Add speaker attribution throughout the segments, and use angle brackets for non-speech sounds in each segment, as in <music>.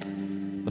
Speaker 1: The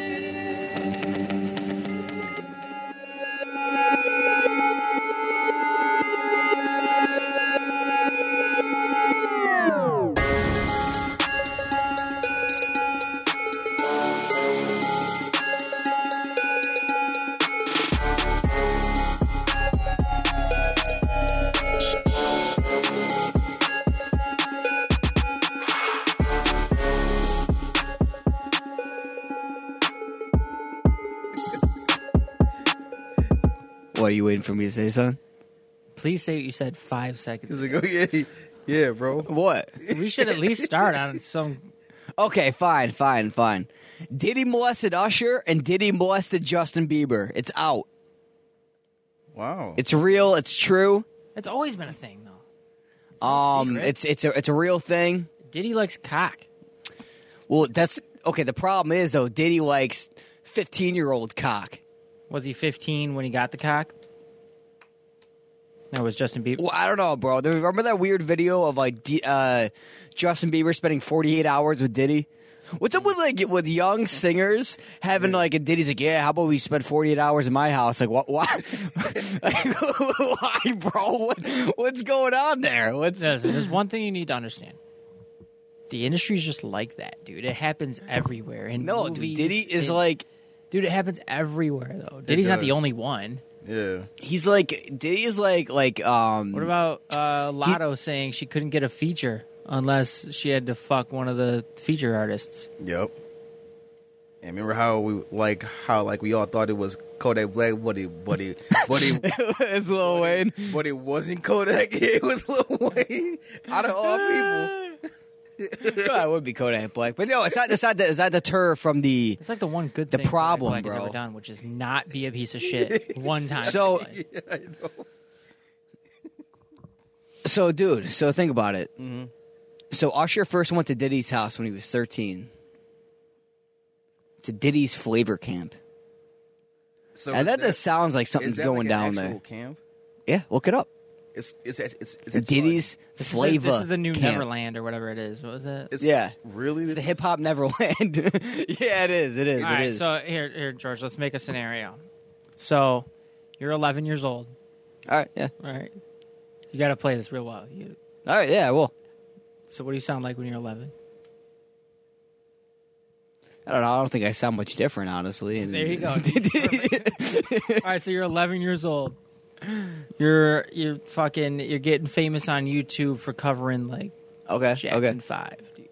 Speaker 2: What are you waiting for me to say, son?
Speaker 3: Please say what you said
Speaker 2: <laughs>
Speaker 3: five seconds.
Speaker 4: He's like, oh yeah, <laughs> yeah, bro.
Speaker 2: What?
Speaker 3: We should at least start on some.
Speaker 2: Okay, fine, fine, fine. Diddy molested Usher and Diddy molested Justin Bieber. It's out.
Speaker 4: Wow.
Speaker 2: It's real. It's true.
Speaker 3: It's always been a thing, though.
Speaker 2: Um,
Speaker 3: secret.
Speaker 2: it's it's a it's a real thing.
Speaker 3: Diddy likes cock.
Speaker 2: Well, that's okay. The problem is though, Diddy likes fifteen-year-old cock.
Speaker 3: Was he 15 when he got the cock? No, it was Justin Bieber.
Speaker 2: Well, I don't know, bro. There- Remember that weird video of like D- uh, Justin Bieber spending 48 hours with Diddy? What's up with like with young singers having like a Diddy's like, yeah, how about we spend 48 hours in my house? Like, what? <laughs> Why? like, why, bro? What, what's going on there? What's
Speaker 3: Listen, there's one thing you need to understand. The industry's just like that, dude. It happens everywhere. In
Speaker 2: no,
Speaker 3: movies,
Speaker 2: dude. Diddy is
Speaker 3: in-
Speaker 2: like
Speaker 3: dude. It happens everywhere, though. Diddy's not the
Speaker 4: does.
Speaker 3: only one.
Speaker 4: Yeah.
Speaker 2: he's like Diddy is like like um. <laughs>
Speaker 3: What about uh, Lotto saying she couldn't get a feature unless she had to fuck one of the feature artists?
Speaker 4: Yep. And remember how we like how like we all thought it was Kodak Black, but it but it
Speaker 2: <laughs>
Speaker 4: but it
Speaker 2: it's Lil Wayne.
Speaker 4: but it wasn't Kodak. <laughs> It was Lil Wayne. Out of all people, <laughs>
Speaker 2: <laughs> I would be Kodak Black, but no, it's not. It's not. It's not deter from the
Speaker 3: It's like the one good
Speaker 2: The
Speaker 3: thing Kodak
Speaker 2: problem,
Speaker 3: Black has
Speaker 2: bro.
Speaker 3: ever done, which is not be a piece of
Speaker 2: <laughs>
Speaker 3: shit one time.
Speaker 2: So-
Speaker 3: in his life.
Speaker 2: So, dude, so think about it.
Speaker 3: Mm-hmm.
Speaker 2: So, Usher first went to Diddy's house when he was 13 to Diddy's flavor camp.
Speaker 4: so
Speaker 2: and that,
Speaker 4: is
Speaker 2: just sounds like
Speaker 4: is
Speaker 2: something's
Speaker 4: that
Speaker 2: going
Speaker 4: like an
Speaker 2: down
Speaker 4: actual
Speaker 2: there.
Speaker 4: Camp.
Speaker 2: Yeah, look it up.
Speaker 4: It's it's at- it's, it's at
Speaker 2: Diddy's
Speaker 3: This is the-
Speaker 2: flavor.
Speaker 3: This is the new
Speaker 2: camp.
Speaker 3: Neverland or whatever it is. What was it?
Speaker 4: It's
Speaker 2: Yeah.
Speaker 4: Really.
Speaker 2: It's the hip hop Neverland. <laughs> yeah, it is. It is.
Speaker 3: All
Speaker 2: it
Speaker 3: right,
Speaker 2: is.
Speaker 3: so here, here, George, let's make a scenario. So you're 11 years old,
Speaker 2: All right. Yeah.
Speaker 3: all right? You got to play this real well. You,
Speaker 2: All right. Yeah. Well,
Speaker 3: so what do you sound like when
Speaker 2: <laughs>
Speaker 3: you're 11?
Speaker 2: I don't know. I don't think I sound much different, honestly.
Speaker 3: There you go. all right, so you're 11 years old. You're you're fucking you're getting famous on YouTube for covering like
Speaker 2: <laughs> okay.
Speaker 3: Jackson
Speaker 2: Okay.
Speaker 3: 5, dude.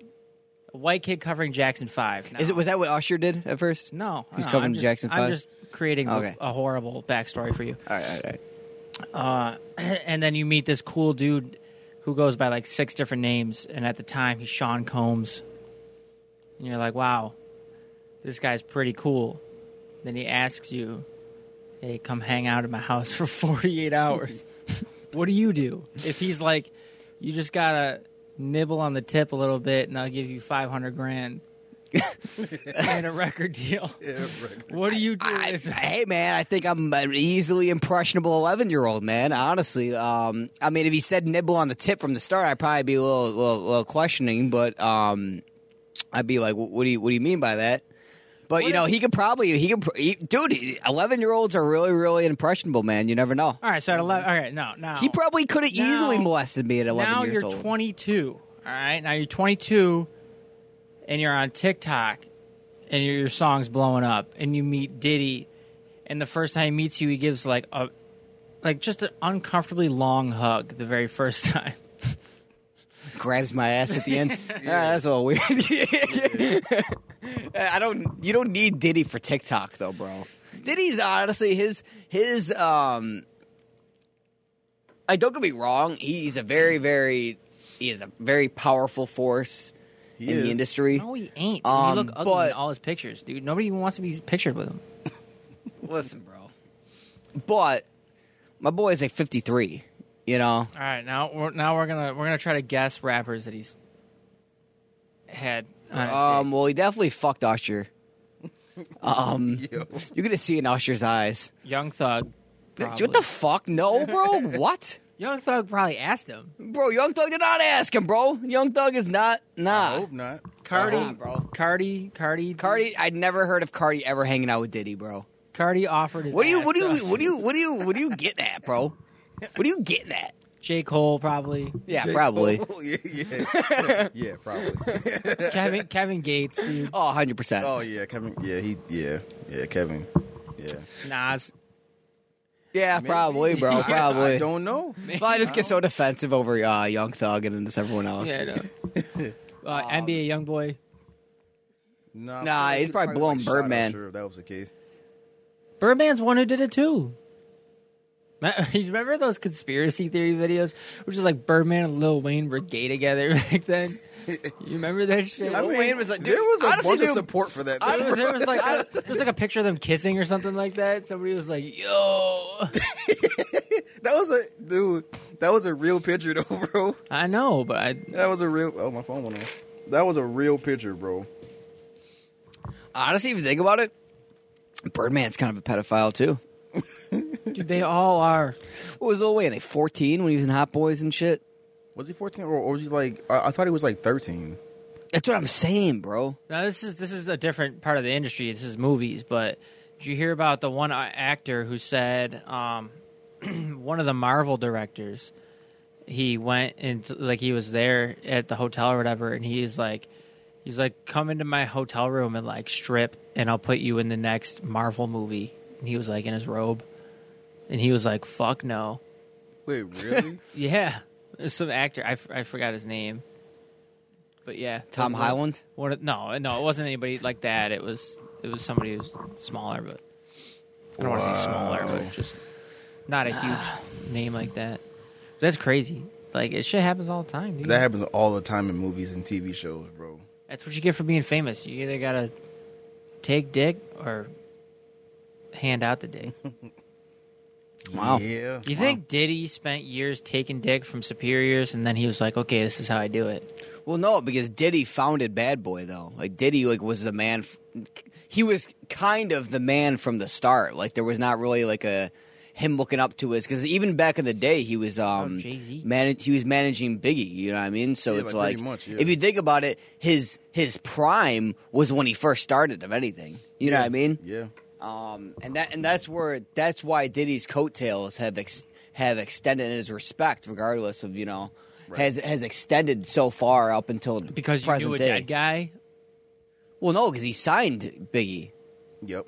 Speaker 3: A white kid covering Jackson 5.
Speaker 2: Is it was that what Usher did at first?
Speaker 3: No,
Speaker 2: He's
Speaker 3: no,
Speaker 2: covering
Speaker 3: I'm just,
Speaker 2: Jackson
Speaker 3: I'm
Speaker 2: 5?
Speaker 3: just creating a-
Speaker 2: Okay.
Speaker 3: a horrible backstory for you.
Speaker 2: All right. All right. All right.
Speaker 3: uh, <clears throat> and then you meet this cool dude who goes by like six different names, and at the time he's Sean Combs, and you're like, wow, this guy's pretty cool. Then he asks you, hey, come hang out at my house for <laughs>
Speaker 2: <laughs>
Speaker 3: 48 hours. what do you do? If he's like, you just gotta nibble on the tip a little bit, and I'll give you
Speaker 2: <laughs>
Speaker 3: 500 grand. <laughs> and a record deal.
Speaker 4: <laughs>
Speaker 3: What do you do?
Speaker 2: I,
Speaker 3: <laughs> It's-
Speaker 2: hey man, I think I'm an easily impressionable 11 year old man. Honestly, um, I mean, if he said nibble on the tip from the start, I'd probably be a little, little, little questioning, but um, I'd be like, "What do you What do you mean by that?" But you know, he could probably he could, pr- he, dude. 11 year olds are really, really impressionable, man. You never know.
Speaker 3: all right, so at 11, all right, no, no.
Speaker 2: He probably could have
Speaker 3: Now-
Speaker 2: easily molested me at 11
Speaker 3: now
Speaker 2: years
Speaker 3: you're
Speaker 2: old.
Speaker 3: 22 all right now you're 22 and you're on tiktok and your, your song's blowing up and you meet diddy and the first time he meets you he gives like a like just an uncomfortably long hug the very first <laughs> time
Speaker 2: grabs my ass at the end. Ah, that's all weird. <laughs> I don't. You don't need Diddy for TikTok though, bro. Diddy's honestly his his um. I don't get me wrong. He's a very very he is a very powerful force in
Speaker 4: is.
Speaker 2: the industry.
Speaker 3: no he ain't
Speaker 2: Um,
Speaker 3: he look ugly
Speaker 2: but-
Speaker 3: in all his pictures dude nobody even wants to be pictured with him
Speaker 2: Listen, bro. But my boy is like fifty three. You know.
Speaker 3: all right now we're, now we're gonna we're gonna try to guess rappers that he's had uh, on his
Speaker 2: Um. Well, he definitely fucked Usher. Um,
Speaker 4: Yo.
Speaker 2: you're gonna see in Usher's eyes.
Speaker 3: Young Thug. Probably.
Speaker 2: What the fuck? No,
Speaker 4: <laughs>
Speaker 2: bro. what?
Speaker 3: Young Thug probably asked him.
Speaker 2: Bro, Young Thug did not ask him, bro. Young Thug is not
Speaker 4: I
Speaker 2: nah.
Speaker 4: hope not. <laughs>
Speaker 3: Cardi,
Speaker 2: Uh-huh, bro.
Speaker 3: Cardi, Cardi,
Speaker 2: Cardi, I'd never heard of Cardi ever hanging out with Diddy, bro.
Speaker 3: Cardi offered his.
Speaker 2: What do you
Speaker 3: ass
Speaker 2: what do
Speaker 3: to
Speaker 2: you
Speaker 3: us.
Speaker 2: what do you what do you what do you get at, bro? What are you getting
Speaker 4: <laughs>
Speaker 2: at?
Speaker 3: J Cole probably.
Speaker 2: Yeah,
Speaker 4: J.
Speaker 2: probably.
Speaker 4: Cole. Oh, yeah,
Speaker 2: <laughs>
Speaker 4: yeah, yeah, probably.
Speaker 3: <laughs> Kevin, Kevin Gates, dude.
Speaker 2: Oh, 100%.
Speaker 4: oh yeah, Kevin. Yeah, he. Yeah, yeah, Kevin. Yeah,
Speaker 3: Nas.
Speaker 2: yeah, probably,
Speaker 4: <laughs> Maybe.
Speaker 2: bro.
Speaker 4: I-
Speaker 2: Probably.
Speaker 4: I don't know.
Speaker 2: <laughs> Well, I just get so defensive over uh, Young Thug and then just everyone else.
Speaker 3: Yeah, no. uh, NBA young boy.
Speaker 4: Nah,
Speaker 2: Nah,
Speaker 4: probably-
Speaker 2: he's probably blowing
Speaker 4: like, shot, I'm
Speaker 2: Birdman.
Speaker 4: Sure, if that was the case.
Speaker 3: Birdman's one who did it too. Me- <laughs> You remember those conspiracy theory videos, which is like Birdman and Lil Wayne were gay together <laughs>
Speaker 2: <laughs>
Speaker 3: back then. You remember that shit?
Speaker 4: I
Speaker 2: Lil
Speaker 4: mean,
Speaker 2: Wayne was like,
Speaker 4: there
Speaker 2: dude,
Speaker 4: was a
Speaker 2: honestly,
Speaker 4: bunch of
Speaker 2: dude,
Speaker 4: support for that.
Speaker 3: There was, there was like I, there was like a picture of them kissing or something like that. Somebody was like, "Yo,
Speaker 4: <laughs> that was a dude. That was a real picture, <laughs> though, bro.
Speaker 3: I know, but I,
Speaker 4: That was a real. Oh, my phone went off. That was a real picture, bro.
Speaker 2: Honestly, if you think about it, Birdman's kind of a pedophile, too.
Speaker 3: dude, <laughs> they all are."
Speaker 2: What was Lil Wayne? Like 14 when he was in Hot Boys and shit?
Speaker 4: Was he 14 or, or was he like? I, I thought he was like 13.
Speaker 2: That's what I'm saying, bro.
Speaker 3: Now this is this is a different part of the industry. This is movies, but did you hear about the one a- actor who said um, <clears throat> one of the Marvel directors? He went and like he was there at the hotel or whatever, and he's like, he's like, come into my hotel room and like strip, and I'll put you in the next Marvel movie. And he was like in his robe, and he was like, fuck no,
Speaker 4: Wait, really?
Speaker 3: yeah. There's some actor I, f- I forgot his name, but yeah,
Speaker 2: Tom
Speaker 3: Highland.
Speaker 2: Highland?
Speaker 3: One of- no, no, it wasn't anybody like that. It was it was somebody who's smaller, but I don't want to say smaller, but just not a huge name like that. That's crazy. Like it shit happens all the time, dude.
Speaker 4: <laughs> that happens all the time in movies and TV shows, bro.
Speaker 3: That's what you get for being famous. You either gotta take dick or hand out the dick.
Speaker 2: Wow.
Speaker 4: Yeah.
Speaker 3: You think Diddy spent years taking dick from superiors, and then he was like, "Okay, this is how I do it."
Speaker 2: Well, no, because Diddy founded Bad Boy though. Like Diddy, like was the man. F- he was kind of the man from the start. Like there was not really like a him looking up to us because even back in the day he was um
Speaker 3: Jay-Z.
Speaker 2: mana- he was managing Biggie. You know what I mean? So
Speaker 4: Yeah,
Speaker 2: it's
Speaker 4: like,
Speaker 2: like,
Speaker 4: pretty much, yeah.
Speaker 2: if you think about it, his his prime was when he first started of anything. You know what I mean?
Speaker 4: Yeah.
Speaker 2: Um, and that and that's where that's why Diddy's coattails have ex, have extended his respect, regardless of you know, has has extended so far up until
Speaker 3: Because you
Speaker 2: present
Speaker 3: knew a
Speaker 2: day.
Speaker 3: dead guy.
Speaker 2: Well, no, because he signed Biggie.
Speaker 4: Yep.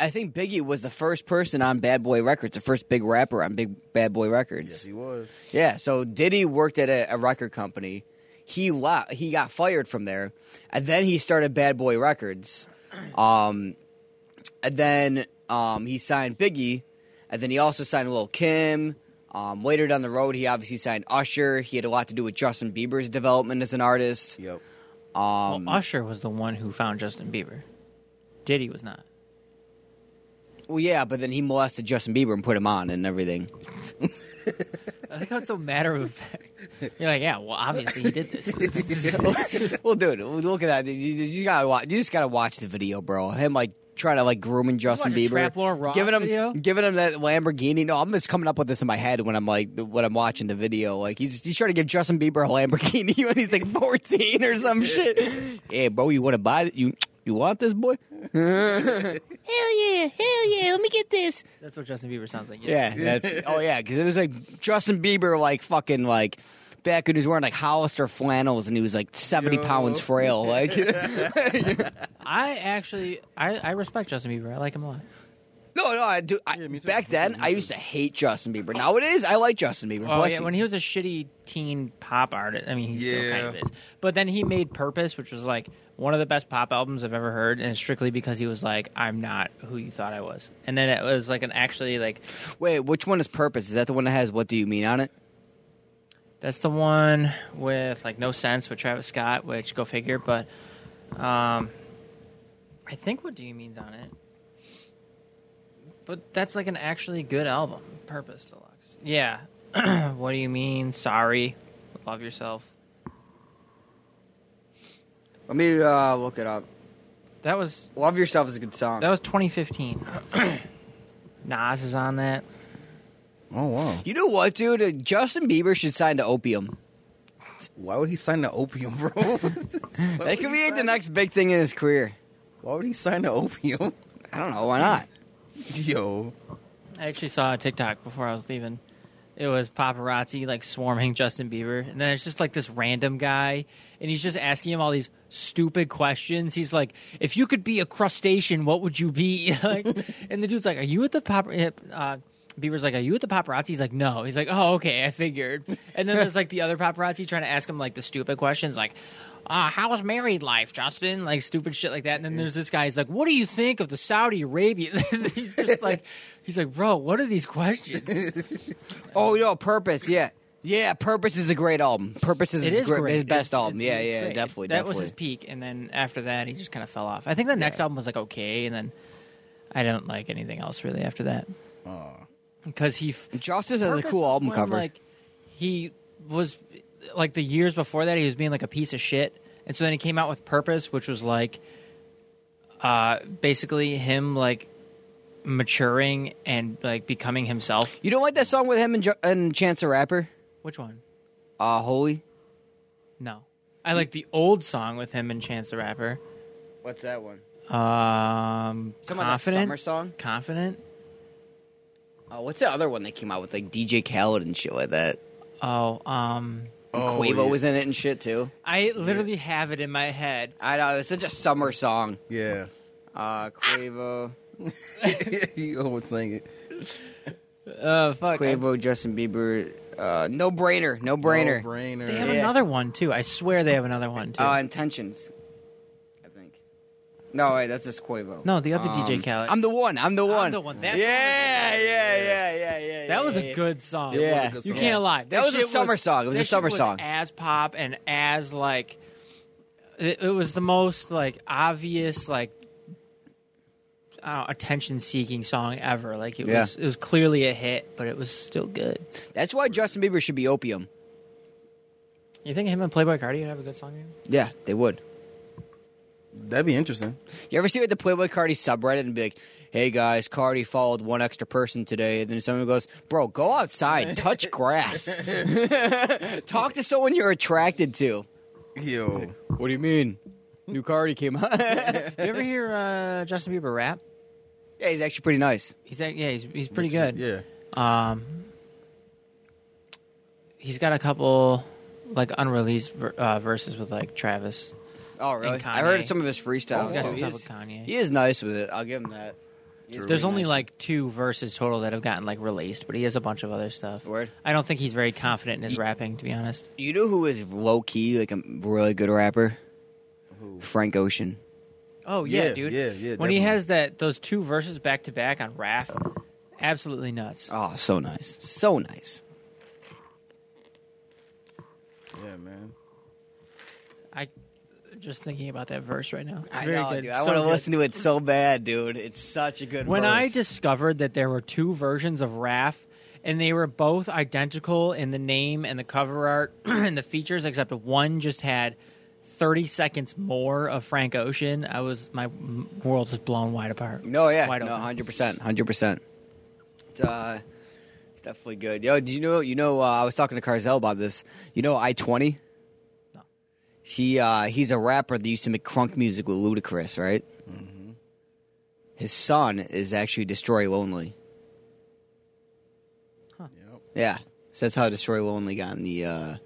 Speaker 2: I think Biggie was the first person on Bad Boy Records, the first big rapper on Big Bad Boy
Speaker 4: Yes,
Speaker 2: Records.
Speaker 4: he was.
Speaker 2: Yeah, so Diddy worked at a, a record company. He left. He got fired from there, and then he started Bad Boy Records. Um, and then um, he signed Biggie, and then he also signed Lil Kim. Um, later down the road, he obviously signed Usher. He had a lot to do with Justin Bieber's development as an artist. <laughs>
Speaker 4: Yep. <laughs>
Speaker 2: Um,
Speaker 3: well, Usher was the one who found Justin Bieber. Diddy was not.
Speaker 2: well, yeah, but then he molested Justin Bieber and put him on and
Speaker 3: <laughs>
Speaker 2: everything.
Speaker 3: I think that's so matter of fact. <laughs> You're like, yeah, well, obviously
Speaker 2: <laughs>
Speaker 3: he did
Speaker 4: Oh,
Speaker 3: this.
Speaker 2: well, dude, look at that. You, you just gotta watch. You just gotta watch the video, bro. Him like trying to like grooming Justin
Speaker 3: watch a
Speaker 2: Bieber,
Speaker 3: Trap Lord Ross
Speaker 2: giving him <laughs>
Speaker 3: video?
Speaker 2: giving him that Lamborghini. No, I'm just coming up with this in my head when I'm like when I'm watching the video. Like he's he's trying to give Justin Bieber a Lamborghini <laughs> when he's like 14 or some shit. Hey, bro, you want to buy it? you you want this boy? <laughs> hell yeah, hell yeah. Let me get this.
Speaker 3: that's what Justin Bieber sounds like.
Speaker 2: Yeah, that's oh yeah, because it was like Justin Bieber, like fucking like back when he was wearing like Hollister flannels and he was like seventy
Speaker 4: Yo.
Speaker 2: pounds frail.
Speaker 4: <laughs>
Speaker 2: Like, <laughs> no,
Speaker 3: I actually, I, I respect Justin Bieber. I like him a lot.
Speaker 2: no, I do. I,
Speaker 4: Yeah, me too.
Speaker 2: back
Speaker 4: Me
Speaker 2: then,
Speaker 4: too, me
Speaker 2: I
Speaker 4: too.
Speaker 2: used to hate Justin Bieber. Nowadays, I like Justin Bieber.
Speaker 3: Oh
Speaker 2: bless
Speaker 3: yeah,
Speaker 2: you.
Speaker 3: when he was a shitty teen pop artist. I mean, he still kind of
Speaker 4: Yeah.
Speaker 3: is. But then he made Purpose, which was like one of the best pop albums I've ever heard, and strictly because he was like, I'm not who you thought I was. And then it was like an actually like
Speaker 2: Wait, which one is Purpose? Is that the one that has "What Do You Mean" on it?
Speaker 3: That's the one with like No Sense with Travis Scott, which go figure. But um, I think what do you mean's on it. But that's like an actually good album. Purpose Deluxe. Yeah. <clears throat> what do you mean? Sorry. Love yourself.
Speaker 2: Let me uh, look it up.
Speaker 3: That was
Speaker 2: Love Yourself is a good song.
Speaker 3: that was 2015. <clears throat> Nas is on that.
Speaker 4: Oh wow!
Speaker 2: you know what, dude? Uh, Justin Bieber should sign to Opium.
Speaker 4: Why would he sign the opium, bro? <laughs> that
Speaker 2: That could be the next big thing in his career.
Speaker 4: Why would he sign the opium? <laughs>
Speaker 2: I don't know. Why not?
Speaker 4: Yo,
Speaker 3: I actually saw a TikTok before I was leaving. It was paparazzi like swarming Justin Bieber, and then it's just like this random guy, and he's just asking him all these stupid questions. He's like, "If you could be a crustacean, what would you be?" <laughs> like, and the dude's like, "Are you at the pap?" Uh, Bieber's like, "Are you at the paparazzi?" He's like, "No." He's like, "Oh, okay, I figured." And then there's like the other paparazzi trying to ask him like the stupid questions, like. Uh, how's married life, Justin? Like stupid shit like that. And then there's this guy. He's like, "What do you think of the Saudi Arabia?" <laughs> he's just like, he's like, "Bro, what are these questions?"
Speaker 2: Oh no, Purpose. Yeah, yeah. Purpose is a great album. Purpose is,
Speaker 3: It
Speaker 2: his,
Speaker 3: is
Speaker 2: gr-
Speaker 3: great.
Speaker 2: his best
Speaker 3: It's-
Speaker 2: album.
Speaker 3: it's-
Speaker 2: yeah,
Speaker 3: it's
Speaker 2: yeah,
Speaker 3: great.
Speaker 2: definitely.
Speaker 3: That
Speaker 2: definitely.
Speaker 3: was his peak, and then after that, he just kind of fell off. I think the next album was like okay, and then I don't like anything else really after that because he f-
Speaker 2: Justice has a
Speaker 3: Purpose
Speaker 2: cool
Speaker 3: was
Speaker 2: album
Speaker 3: when,
Speaker 2: cover.
Speaker 3: Like he was like the years before that, he was being like a piece of shit, and so then he came out with Purpose, which was like uh, basically him like maturing and like becoming himself.
Speaker 2: you don't like that song with him and, Ju- and Chance the Rapper?
Speaker 3: Which one?
Speaker 2: Uh, Holy.
Speaker 3: No, I like the old song with him and Chance the Rapper.
Speaker 2: What's that one?
Speaker 3: Um,
Speaker 2: Come on, that
Speaker 3: confident.
Speaker 2: summer song.
Speaker 3: Confident.
Speaker 2: Oh, what's the other one that came out with like DJ Khaled and shit like that?
Speaker 3: Oh, um,
Speaker 2: And
Speaker 4: Oh,
Speaker 2: Quavo
Speaker 4: yeah.
Speaker 2: was in it and shit too.
Speaker 3: I literally have it in my head.
Speaker 2: I know it was such a summer song.
Speaker 4: yeah, <laughs>
Speaker 2: Uh, Quavo,
Speaker 4: he overthink it.
Speaker 3: Uh, fuck. I-
Speaker 2: Quavo, Justin Bieber, uh, no brainer, no brainer.
Speaker 4: Brainer, Oh, brainer.
Speaker 3: they have
Speaker 2: Yeah.
Speaker 3: another one too. I swear they have another one too.
Speaker 2: Uh, intentions, I think. No, wait, that's just Quavo.
Speaker 3: no, the other DJ
Speaker 2: Um,
Speaker 3: Khaled.
Speaker 2: I'm the one. I'm the
Speaker 3: I'm
Speaker 2: one.
Speaker 3: the one. That song
Speaker 2: yeah,
Speaker 3: was-
Speaker 2: yeah, yeah, yeah, yeah.
Speaker 3: That was
Speaker 2: yeah,
Speaker 3: a
Speaker 2: yeah.
Speaker 3: good song.
Speaker 2: Yeah. It was a
Speaker 4: good
Speaker 3: you
Speaker 4: song.
Speaker 3: can't lie.
Speaker 2: That was a
Speaker 3: shit
Speaker 2: summer song. It was
Speaker 3: that
Speaker 2: a summer
Speaker 3: shit
Speaker 2: song.
Speaker 3: As pop and as like, it, it was the most like obvious like I don't attention seeking song ever. Like it
Speaker 2: Yeah.
Speaker 3: was, it was clearly a hit, but it was still good.
Speaker 2: That's why Justin Bieber should be opium.
Speaker 3: You think him and Playboy Cardi would have a good song? Game?
Speaker 2: Yeah, they would.
Speaker 4: That'd be interesting.
Speaker 2: You ever see what the Playboy Cardi subreddit and be like, "Hey guys, Cardi followed one extra person today," and then someone goes, "Bro, go
Speaker 3: <laughs>
Speaker 2: outside, touch grass, <laughs> talk to someone you're attracted to."
Speaker 4: Yo,
Speaker 2: What do you mean? New Cardi came out. <laughs> yeah,
Speaker 3: You ever hear uh, Justin Bieber rap?
Speaker 2: he's actually pretty nice.
Speaker 3: He's act- yeah, he's he's pretty good.
Speaker 4: yeah.
Speaker 3: Um, he's got a couple like unreleased ver- uh, verses with like Travis.
Speaker 2: Oh, really?
Speaker 3: And
Speaker 2: I heard
Speaker 3: Kanye.
Speaker 2: some of his freestyles.
Speaker 3: He's got some
Speaker 4: Oh,
Speaker 2: too.
Speaker 4: he
Speaker 3: stuff
Speaker 4: is-
Speaker 3: with Kanye.
Speaker 2: He is nice with it. I'll give him that.
Speaker 4: True.
Speaker 3: There's only
Speaker 2: nice.
Speaker 3: like two verses total that have gotten like released, but he has a bunch of other stuff.
Speaker 2: Word.
Speaker 3: I don't think he's very confident in his rapping, to be honest.
Speaker 2: You know who is low key like a really good rapper?
Speaker 4: Who?
Speaker 2: Frank Ocean.
Speaker 3: Oh yeah,
Speaker 4: Yeah,
Speaker 3: dude.
Speaker 4: yeah, yeah,
Speaker 3: When he
Speaker 4: definitely.
Speaker 3: has that those two verses back to back on Raph, absolutely nuts.
Speaker 2: Oh, so nice, so nice.
Speaker 4: Yeah, man.
Speaker 3: I just thinking about that verse right now. It's
Speaker 2: I
Speaker 3: very
Speaker 2: know,
Speaker 3: good.
Speaker 2: dude.
Speaker 3: It's
Speaker 2: I
Speaker 3: so
Speaker 2: want to
Speaker 3: good.
Speaker 2: listen to it so bad, dude. It's such a good.
Speaker 3: When
Speaker 2: verse.
Speaker 3: I discovered that there were two versions of Raph and they were both identical in the name and the cover art <clears throat> and the features, except one just had 30 seconds more of Frank Ocean, I was my m- world was blown wide apart.
Speaker 2: no, yeah,
Speaker 3: wide
Speaker 2: no,
Speaker 3: open.
Speaker 2: hundred percent, hundred percent. It's uh, it's definitely good. Yo, did you know? You know, uh, I was talking to Carzel about this. You know, I twenty.
Speaker 3: No.
Speaker 2: She, uh, he's a rapper that used to make crunk music with Ludacris, right? Mm-hmm. His son is actually Destroy Lonely.
Speaker 4: Yep.
Speaker 2: Yeah, so that's how Destroy Lonely got in the uh,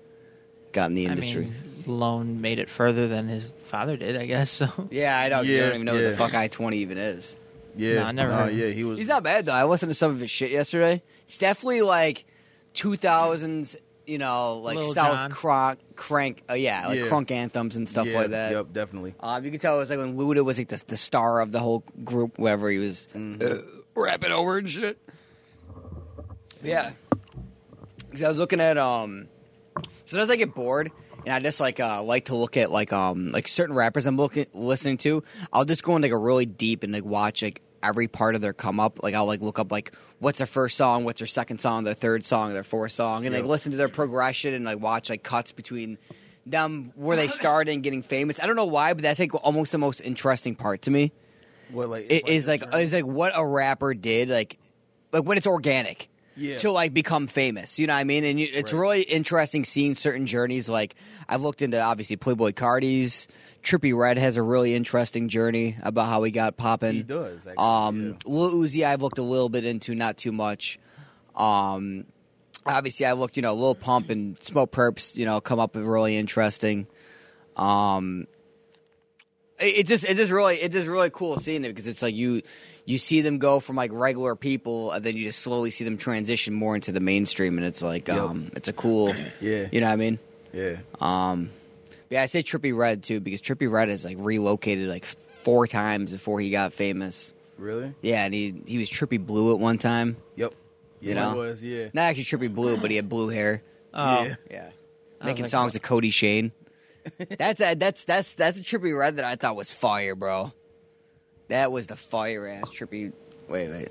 Speaker 2: got in the
Speaker 3: I
Speaker 2: industry.
Speaker 3: mean, Lone made it further than his father did, I guess. <laughs> So
Speaker 2: yeah, I don't, you
Speaker 4: Yeah,
Speaker 2: don't even know what
Speaker 4: yeah.
Speaker 2: the fuck I twenty even is.
Speaker 4: Yeah,
Speaker 3: No, I never
Speaker 4: Nah,
Speaker 3: heard of
Speaker 4: yeah, he was.
Speaker 2: He's not bad though. I listened to some of his shit yesterday. It's definitely like two thousands, you know, like
Speaker 3: Lil Jon.
Speaker 2: South cronk, crank, uh, yeah, like
Speaker 4: Yeah.
Speaker 2: crunk anthems and stuff
Speaker 4: yeah,
Speaker 2: like that.
Speaker 4: Yep, definitely.
Speaker 2: Um, you can tell it was like when Luda was like the, the star of the whole group, whatever he was uh, rapping over and shit. Yeah, because I was looking at um, sometimes I get bored and I just like uh like to look at like um like certain rappers I'm looking listening to. I'll just go in like a really deep and like watch like every part of their come up. Like I'll like look up like what's their first song, what's their second song, their third song, their fourth song, and like
Speaker 4: Yeah.
Speaker 2: listen to their progression and like watch like cuts between them where
Speaker 4: <laughs>
Speaker 2: they started and getting famous. I don't know why, but that's like almost the most interesting part to me.
Speaker 4: What, like,
Speaker 2: It is
Speaker 4: their
Speaker 2: like
Speaker 4: journey.
Speaker 2: is like what a rapper did, like like when it's organic.
Speaker 4: Yeah.
Speaker 2: To like become famous, you know what I mean, and you, it's
Speaker 4: Right.
Speaker 2: really interesting seeing certain journeys. Like I've looked into obviously Playboy Cardi's, Trippy Red has a really interesting journey about how he got popping.
Speaker 4: He does, actually,
Speaker 2: Um,
Speaker 4: yeah.
Speaker 2: Lil Uzi, I've looked a little bit into, not too much. Um, obviously, I looked, you know, Lil Pump and Smoke Perps, you know, come up with really interesting. Um, it, it just, it just really, it just really cool seeing it because it's like you, you see them go from like regular people, and then you just slowly see them transition more into the mainstream, and it's like,
Speaker 4: Yep.
Speaker 2: um, it's a cool,
Speaker 4: <clears throat> Yeah.
Speaker 2: you know what I mean?
Speaker 4: yeah.
Speaker 2: Um, yeah, I say Trippy Red too because Trippy Red has like relocated like four times before he got famous.
Speaker 4: Really?
Speaker 2: Yeah, and he he was Trippy Blue at one time.
Speaker 4: Yep.
Speaker 2: You
Speaker 4: Yeah,
Speaker 2: know?
Speaker 4: it was yeah.
Speaker 2: Not actually Trippy Blue, but he had blue hair.
Speaker 3: Oh,
Speaker 4: Yeah.
Speaker 2: Yeah,
Speaker 3: I was
Speaker 2: making
Speaker 3: like,
Speaker 2: songs to Cody
Speaker 3: <laughs>
Speaker 2: Shane. That's a, that's that's that's a Trippy Red that I thought was fire, bro. That was the fire ass Trippy. Wait, wait,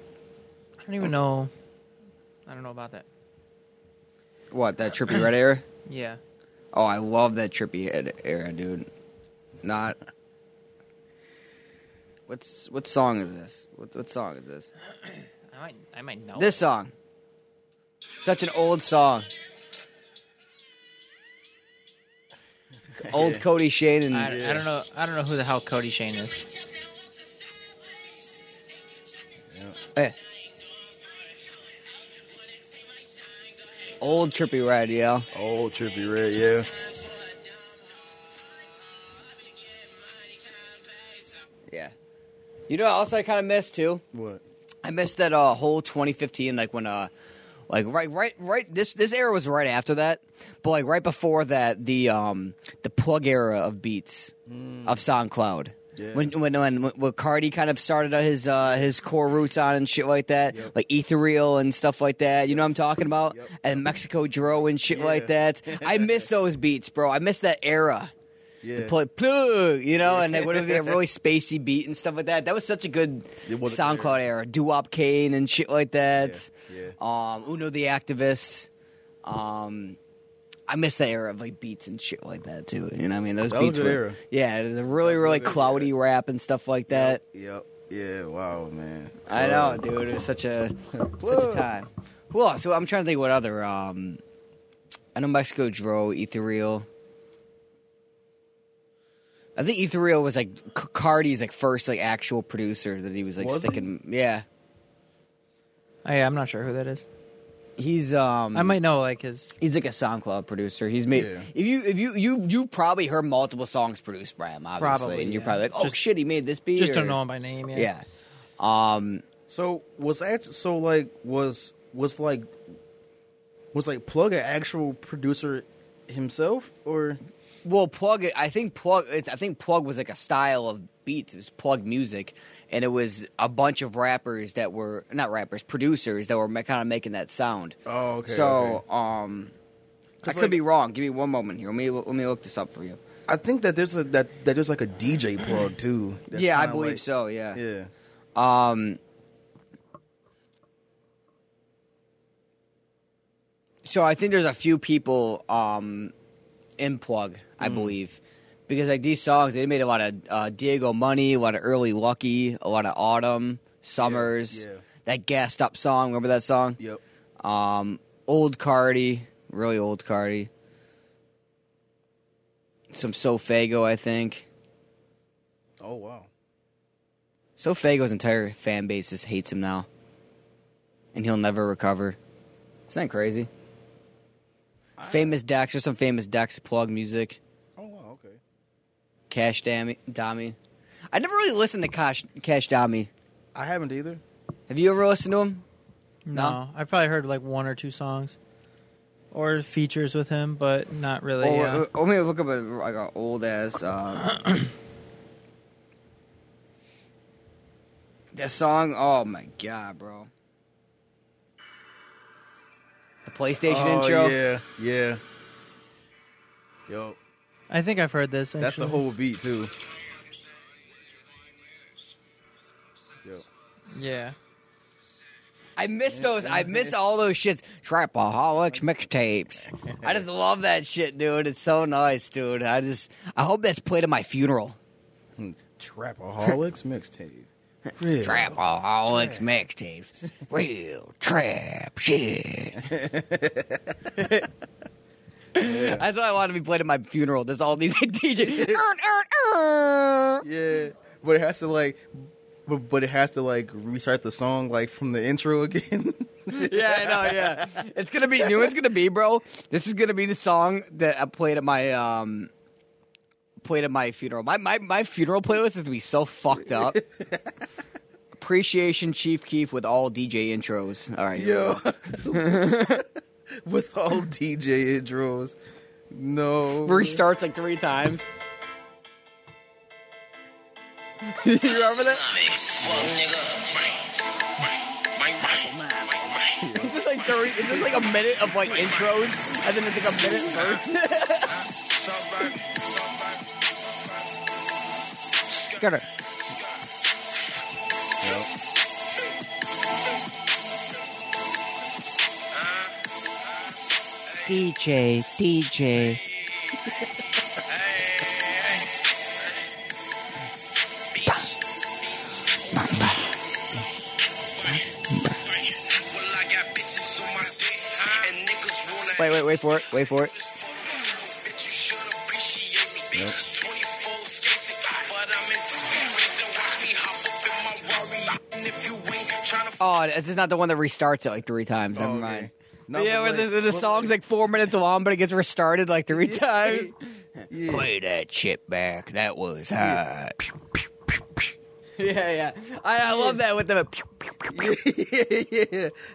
Speaker 3: I don't even know. I don't know about that.
Speaker 2: what that Trippy Red
Speaker 3: <clears throat>
Speaker 2: era?
Speaker 3: Yeah.
Speaker 2: Oh, I love that Trippy Red era, dude. Not. What's what song is this? What what song is this?
Speaker 3: I might, I might know.
Speaker 2: This song. Such an old song.
Speaker 3: <laughs>
Speaker 2: old Cody Shane and
Speaker 3: I, I don't know. I don't know who the hell Cody Shane is.
Speaker 2: eh. old Trippy Red, yo.
Speaker 4: Oh, Trippy Red, yeah.
Speaker 2: Yeah. You know what else I kind of missed too?
Speaker 4: What?
Speaker 2: I missed that uh, whole 2015, like when uh, like right, right, right. This this era was right after that, but like right before that, the um the plug era of beats of SoundCloud.
Speaker 4: Mm. Yeah.
Speaker 2: When when when when Cardi kind of started his uh, his core roots on and shit like that,
Speaker 4: Yep.
Speaker 2: like Ethereal and stuff like that. You know what I'm talking about?
Speaker 4: Yep.
Speaker 2: And Mexico Dro and shit like
Speaker 4: Yeah.
Speaker 2: that. I
Speaker 4: <laughs>
Speaker 2: miss those beats, bro. I miss that era
Speaker 4: Yeah.
Speaker 2: play plug, you know, and it would be a really spacey beat and stuff like that. That was such a good
Speaker 4: It was a good
Speaker 2: SoundCloud era. Doo Wop Kane and shit like that.
Speaker 4: Yeah,
Speaker 2: Um, Uno the Activist. Um, I miss that era of like beats and shit like that too. You know, what I mean, those
Speaker 4: That was a
Speaker 2: beats
Speaker 4: good
Speaker 2: were
Speaker 4: era.
Speaker 2: yeah, it was a really
Speaker 4: That was a
Speaker 2: really
Speaker 4: good
Speaker 2: cloudy
Speaker 4: era.
Speaker 2: rap and stuff like that.
Speaker 4: Yep. Yeah. Wow, man.
Speaker 2: I know, dude, it was such a such a
Speaker 4: Plug.
Speaker 2: time. Who else? Who- I'm trying to think what other. Um, I know Mexico Dro, Ethereal. I think Ethereal was like C- Cardi's like first like actual producer that he was like
Speaker 4: Was he?
Speaker 2: sticking. Yeah,
Speaker 3: I, Oh, I'm not sure who that is.
Speaker 2: he's um.
Speaker 3: I might know like his.
Speaker 2: He's like a SoundCloud producer. He's made.
Speaker 4: Yeah.
Speaker 2: If you if you you you probably heard multiple songs produced by him, obviously,
Speaker 3: Probably,
Speaker 2: and you're
Speaker 3: yeah.
Speaker 2: probably like, oh
Speaker 3: Just-
Speaker 2: shit, he made this beat.
Speaker 3: Just
Speaker 2: or-
Speaker 3: don't know him by name. Yeah.
Speaker 2: Yeah. Um.
Speaker 4: So was actually so like was was like was like Plug an actual producer himself or
Speaker 2: Well, plug. I think plug. It's, I think plug was like a style of beats. It was plug music, and it was a bunch of rappers that were not rappers, producers that were kind of making that sound.
Speaker 4: Oh, okay.
Speaker 2: so,
Speaker 4: okay.
Speaker 2: um, I
Speaker 4: 'Cause,
Speaker 2: could
Speaker 4: like-
Speaker 2: be wrong. Give me one moment here. Let me let me look this up for you.
Speaker 4: I think that there's a that, that there's like a DJ Plug too. That's
Speaker 2: yeah, I
Speaker 4: kinda
Speaker 2: believe
Speaker 4: like-
Speaker 2: so. Yeah.
Speaker 4: Yeah.
Speaker 2: Um. So I think there's a few people um, in plug, I
Speaker 4: Mm.
Speaker 2: believe, because like these songs, they made a lot of uh, Diego Money, a lot of Early Lucky, a lot of Autumn, Summers,
Speaker 4: yeah.
Speaker 2: that gassed up song. Remember that song?
Speaker 4: Yep.
Speaker 2: Um, old Cardi, really old Cardi. Some Sofago, I think.
Speaker 4: Oh wow.
Speaker 2: Sofago's entire fan base just hates him now. And he'll never recover. Isn't that crazy? Famous Dex. There's some famous Dex plug music.
Speaker 4: Oh wow. Okay.
Speaker 2: Cash Dammy, Dommy. I never really listened to Cash, Cash Dommy.
Speaker 4: I haven't either.
Speaker 2: Have you ever listened to him?
Speaker 3: No. I probably heard like one or two songs, or features with him, but not really.
Speaker 2: Or, uh,
Speaker 3: yeah.
Speaker 2: or, or maybe look up a, like an old ass. Uh, that song. Oh my god, bro. The PlayStation
Speaker 4: oh,
Speaker 2: intro.
Speaker 4: Yeah. Yeah. Yo,
Speaker 3: I think I've heard this.
Speaker 4: that's the
Speaker 3: actually.
Speaker 4: whole beat too. Yo.
Speaker 3: Yeah.
Speaker 2: I miss those. I miss all those shits. Trapaholics mixtapes. I
Speaker 3: <laughs>
Speaker 2: just love that shit, dude. It's so nice, dude. I just. I hope that's played at my funeral.
Speaker 4: <laughs> Trapaholics mixtape. Real.
Speaker 2: Trapaholics mixtapes. Real trap
Speaker 3: <laughs>
Speaker 2: shit. That's why I want to be played at my funeral. There's all these <laughs> DJ.
Speaker 3: <laughs>
Speaker 2: "Err, err, err."
Speaker 4: Yeah, but it has to like, but, but it has to like restart the song like from the intro again. <laughs>
Speaker 2: <laughs> yeah, I know. Yeah, it's gonna be. You know what it's gonna be, bro? This is gonna be the song that I played at my um, played at my funeral. My my my funeral playlist is gonna be so fucked up. Appreciation, Chief Keef, with all DJ intros. All right, here we
Speaker 4: Yo,
Speaker 2: <laughs> go.
Speaker 4: with all DJ intros. No,
Speaker 2: restarts like three times. <laughs> you remember that? It's just like three. It's just like a minute of like intros, and then it's like a minute verse. Got it. DJ, DJ. Wait,
Speaker 5: Wait,
Speaker 2: wait, wait for it. Wait for it. Oh, this is not the one that restarts it like three times. Never
Speaker 4: Oh, okay.
Speaker 2: mind.
Speaker 4: No,
Speaker 2: yeah,
Speaker 4: but,
Speaker 2: where
Speaker 4: like,
Speaker 2: the, the
Speaker 4: but,
Speaker 2: song's like four minutes long, but it gets restarted like three <laughs> times.
Speaker 4: yeah.
Speaker 2: Play that shit back. That was hot. yeah, yeah. I, I love that with the
Speaker 4: <laughs> yeah, yeah,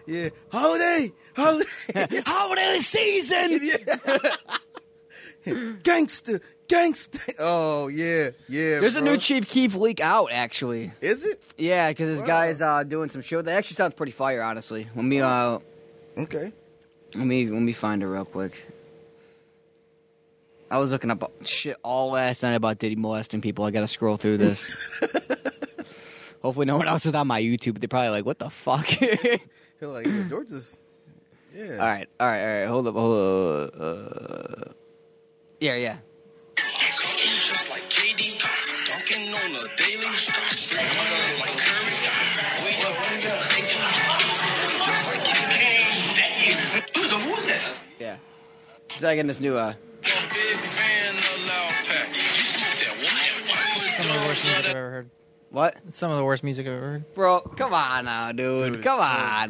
Speaker 4: yeah, yeah. Holiday, holiday,
Speaker 2: <laughs>
Speaker 4: <laughs>
Speaker 2: holiday season.
Speaker 4: gangster, gangster. Oh yeah, yeah.
Speaker 2: There's a
Speaker 4: bro.
Speaker 2: new Chief Keef leak out actually.
Speaker 4: Is it
Speaker 2: Yeah, because this
Speaker 4: Wow.
Speaker 2: guy's uh, doing some show. That actually sounds pretty fire, honestly. Let me uh,
Speaker 4: okay?
Speaker 2: let me let me find it real quick. I was looking up shit all last night about Diddy molesting people. I gotta scroll through this. Hopefully, no one else is on my YouTube. They're probably like, "What the fuck?" <laughs>
Speaker 4: Feel like yeah, George is. Yeah.
Speaker 2: all right, all right, all right. Hold up, hold up. Uh, yeah, yeah.
Speaker 5: Just like Katie, dunking on a daily. Straight huggers like Curry. We up in the thinking. Just like Katie. Dude, who is that?
Speaker 2: Yeah. So I getting this new uh
Speaker 5: A big fan, a loud pack. You
Speaker 3: Some
Speaker 5: smoke that one.
Speaker 3: of the worst music I've ever heard.
Speaker 2: what?
Speaker 3: Some of the worst music I've ever heard.
Speaker 2: Bro, come on now, dude.
Speaker 4: Dude,
Speaker 2: come
Speaker 4: it's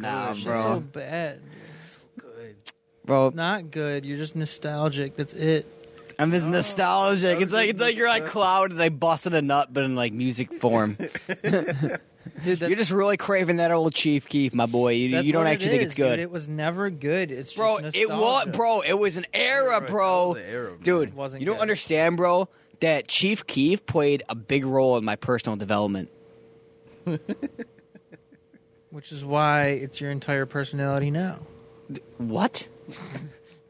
Speaker 2: on
Speaker 4: so good.
Speaker 2: now,
Speaker 4: It's
Speaker 2: bro.
Speaker 3: so bad.
Speaker 4: Good.
Speaker 2: bro,
Speaker 3: Not good. You're just nostalgic. That's it.
Speaker 2: I'm just nostalgic.
Speaker 4: that
Speaker 2: It's like
Speaker 4: was
Speaker 2: it's like you're like
Speaker 4: nostalgic.
Speaker 2: cloud and like busting a nut but in like music form.
Speaker 3: Dude, that-
Speaker 2: you're just really craving that old Chief Keef, my boy. You,
Speaker 3: that's
Speaker 2: you don't
Speaker 3: what it
Speaker 2: actually think it's
Speaker 3: is, dude.
Speaker 2: good.
Speaker 3: It was never good. It's
Speaker 2: bro,
Speaker 3: just
Speaker 2: it was
Speaker 3: nostalgia.
Speaker 2: bro, it was an
Speaker 4: You're
Speaker 2: era,
Speaker 4: right, that
Speaker 2: bro.
Speaker 4: was an era, man.
Speaker 2: Dude,
Speaker 3: It wasn't
Speaker 2: you don't
Speaker 3: good.
Speaker 2: understand, bro, that Chief Keef played a big role in my personal development.
Speaker 3: Which is why it's your entire personality now.
Speaker 2: What? <laughs>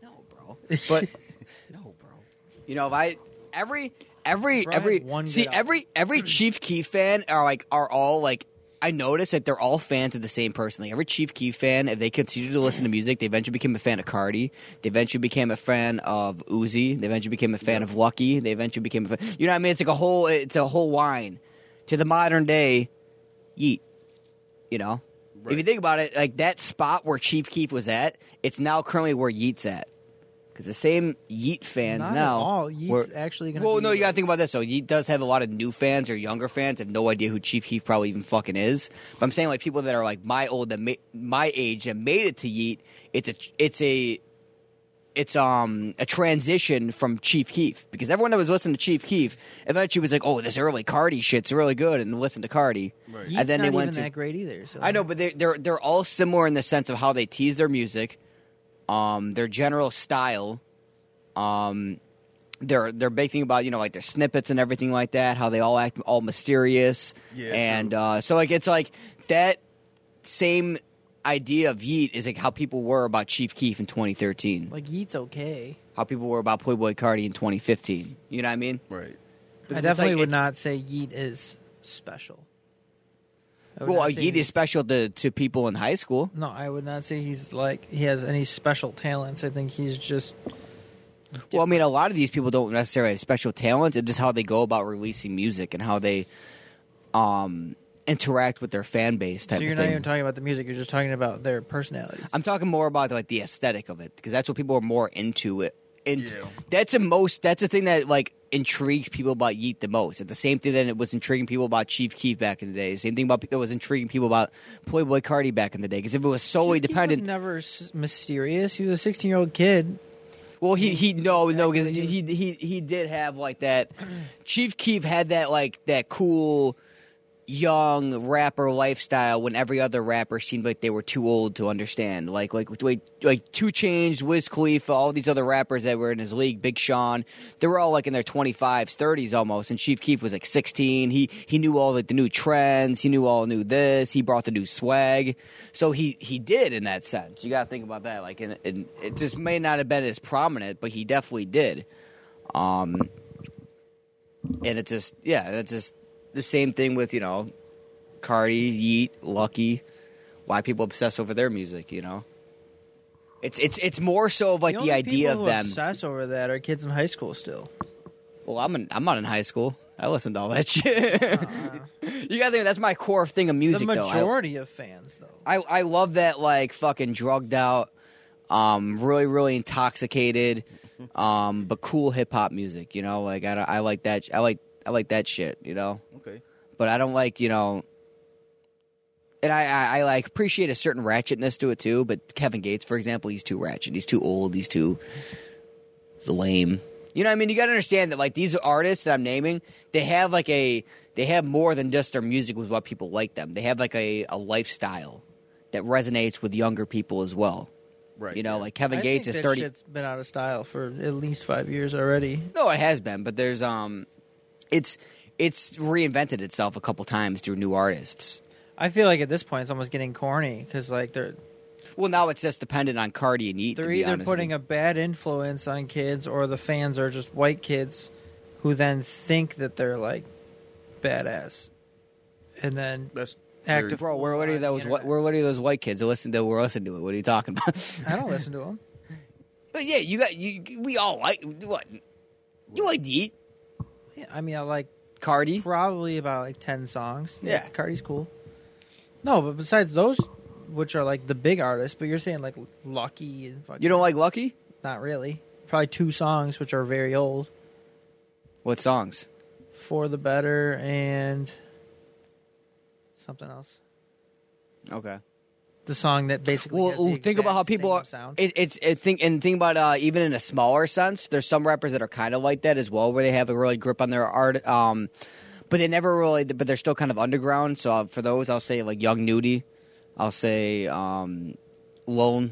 Speaker 2: no, bro. But no, bro. You know, if I every every
Speaker 3: Brian
Speaker 2: every
Speaker 3: won
Speaker 2: see
Speaker 3: good
Speaker 2: every every Chief Key fan are like are all like I notice that they're all fans of the same person. Like every Chief Key fan, if they continue to listen to music, they eventually became a fan of Cardi. They eventually became a fan of Uzi. They eventually became a fan of Lucky. They eventually became a fan. You know what I mean? It's like a whole. It's a whole wine to the modern day. Yeet. You know. If you
Speaker 4: Right.
Speaker 2: think about it, like that spot where Chief Keef was at, it's now currently where Yeet's at. Because the same Yeet fans
Speaker 3: Not
Speaker 2: now.
Speaker 3: at all. Yeet's
Speaker 2: were-
Speaker 3: actually gonna.
Speaker 2: Well,
Speaker 3: be
Speaker 2: no, you
Speaker 3: like-
Speaker 2: gotta think about this. So Yeet does have a lot of new fans or younger fans have no idea who Chief Keef probably even fucking is. But I'm saying like people that are like my old, that ma- my age, that made it to Yeet. It's a, it's a, it's um a transition from Chief Keef because everyone that was listening to Chief Keef eventually was like, oh, this early Cardi shit's really good, and listened to Cardi.
Speaker 4: Right.
Speaker 3: Yeet's
Speaker 2: And then
Speaker 3: not
Speaker 2: they went
Speaker 3: even
Speaker 2: to
Speaker 3: that great either. So.
Speaker 2: I know, but they, they're they're all similar in the sense of how they tease their music, um, their general style, um, their their big thing about you know like their snippets and everything like that, how they all act all mysterious,
Speaker 4: Yeah,
Speaker 2: and
Speaker 4: true.
Speaker 2: uh, so like it's like that same idea of Yeet is like how people were about Chief Keef in 2013,
Speaker 3: Like Yeet's okay.
Speaker 2: how people were about Playboy Cardi in 2015. You know what I mean?
Speaker 4: Right.
Speaker 2: But
Speaker 3: I
Speaker 2: it's
Speaker 3: definitely
Speaker 2: like-
Speaker 3: would
Speaker 2: it's-
Speaker 3: not say Yeet is special.
Speaker 4: Oh,
Speaker 3: I would
Speaker 2: Well,
Speaker 3: not
Speaker 2: a
Speaker 3: say
Speaker 2: Yeet
Speaker 3: he's-
Speaker 2: is special to, to people in high school.
Speaker 3: No, I would not say he's like he has any special talents. I think he's just
Speaker 2: Well, I mean, a lot of these people don't necessarily have special talents. It's just how they go about releasing music and how they um, interact with their fan base type
Speaker 3: so you're
Speaker 2: of
Speaker 3: not
Speaker 2: thing.
Speaker 3: even talking about the music. You're just talking about their personalities.
Speaker 2: I'm talking more about like the aesthetic of it because that's what people are more into it. And
Speaker 4: Yeah.
Speaker 2: that's the most. That's the thing that like intrigues people about Yeet the most. It's the same thing that it was intriguing people about Chief Keef back in the day. Same thing about that was intriguing people about Playboy Cardi back in the day. Because if it was solely
Speaker 3: He
Speaker 2: dependent,
Speaker 3: was never s- mysterious. He was a 16 year old kid.
Speaker 2: well, he he no no because he, he he he did have like that. Chief Keef had that like that cool young rapper lifestyle when every other rapper seemed like they were too old to understand. Like like like, like Two Chainz, Wiz Khalifa, all these other rappers that were in his league, Big Sean, they were all like in their 25s, 30s almost, and Chief Keef was like 16. He he knew all like the new trends, he knew all new this, he brought the new swag. So he he did in that sense. You got to think about that like and, and it just may not have been as prominent, but he definitely did. Um and it's just yeah, that's just the same thing with you know, Cardi, Yeet, Lucky. Why people obsess over their music, you know? It's it's it's more so of like the,
Speaker 3: only
Speaker 2: idea
Speaker 3: people
Speaker 2: of
Speaker 3: who
Speaker 2: them.
Speaker 3: Obsess over that are kids in high school still.
Speaker 2: Well, I'm in, I'm not in high school. I listened to all that <laughs> shit.
Speaker 3: Uh-huh.
Speaker 2: you got to think that's my core thing of music,
Speaker 3: the
Speaker 2: though.
Speaker 3: majority of fans though.
Speaker 2: I, I I love that like fucking drugged out, um, really really intoxicated, um, but cool hip hop music. You know, like I don't- I like that I like I like that shit. You know.
Speaker 4: Okay.
Speaker 2: but I don't like you know. And I, I, I like appreciate a certain ratchetness to it too. But Kevin Gates, for example, he's too ratchet. He's too old. He's too he's lame. You know, what I mean, you got to understand that like these artists that I'm naming, they have like a they have more than just their music with what people like them. They have like a, a lifestyle that resonates with younger people as well.
Speaker 4: Right.
Speaker 2: You know, like
Speaker 3: I
Speaker 2: Kevin
Speaker 3: think
Speaker 2: Gates is
Speaker 3: that
Speaker 2: thirty.
Speaker 3: Shit's been out of style for at least five years already.
Speaker 2: No, it has been, but there's um, it's it's reinvented itself a couple times through new artists.
Speaker 3: I feel like at this point it's almost getting corny because like they're
Speaker 2: Well, now it's just dependent on Cardi and Yeet.
Speaker 3: they're either putting a bad influence on kids or the fans are just white kids who then think that they're like badass and then
Speaker 4: That's
Speaker 3: Active-
Speaker 4: very-
Speaker 2: bro. We're already
Speaker 3: on the
Speaker 2: those.
Speaker 3: internet.
Speaker 2: We're already those white kids that listen to. We're listening to it. What are you talking about? <laughs>
Speaker 3: I don't listen to them.
Speaker 2: but yeah, you got you. We all like what you like to eat,
Speaker 3: Yeah, I mean, I like
Speaker 2: Cardi.
Speaker 3: probably about like 10 songs.
Speaker 2: Yeah.
Speaker 3: Cardi's cool. No, but besides those, which are like the big artists, but you're saying like Lucky and fucking.
Speaker 2: You don't like Lucky?
Speaker 3: Not really. Probably two songs, which are very old
Speaker 2: What songs?
Speaker 3: For the Better and something else.
Speaker 2: Okay.
Speaker 3: The song that basically.
Speaker 2: Well,
Speaker 3: has the
Speaker 2: ooh, think about
Speaker 3: exact
Speaker 2: how people
Speaker 3: same
Speaker 2: are.
Speaker 3: Sound.
Speaker 2: It, it's it think and think about uh, even in a smaller sense. There's some rappers that are kind of like that as well, where they have a really grip on their art. Um, but they never really. But they're still kind of underground. So uh, for those, I'll say like Young Nudie. I'll say um, Lone,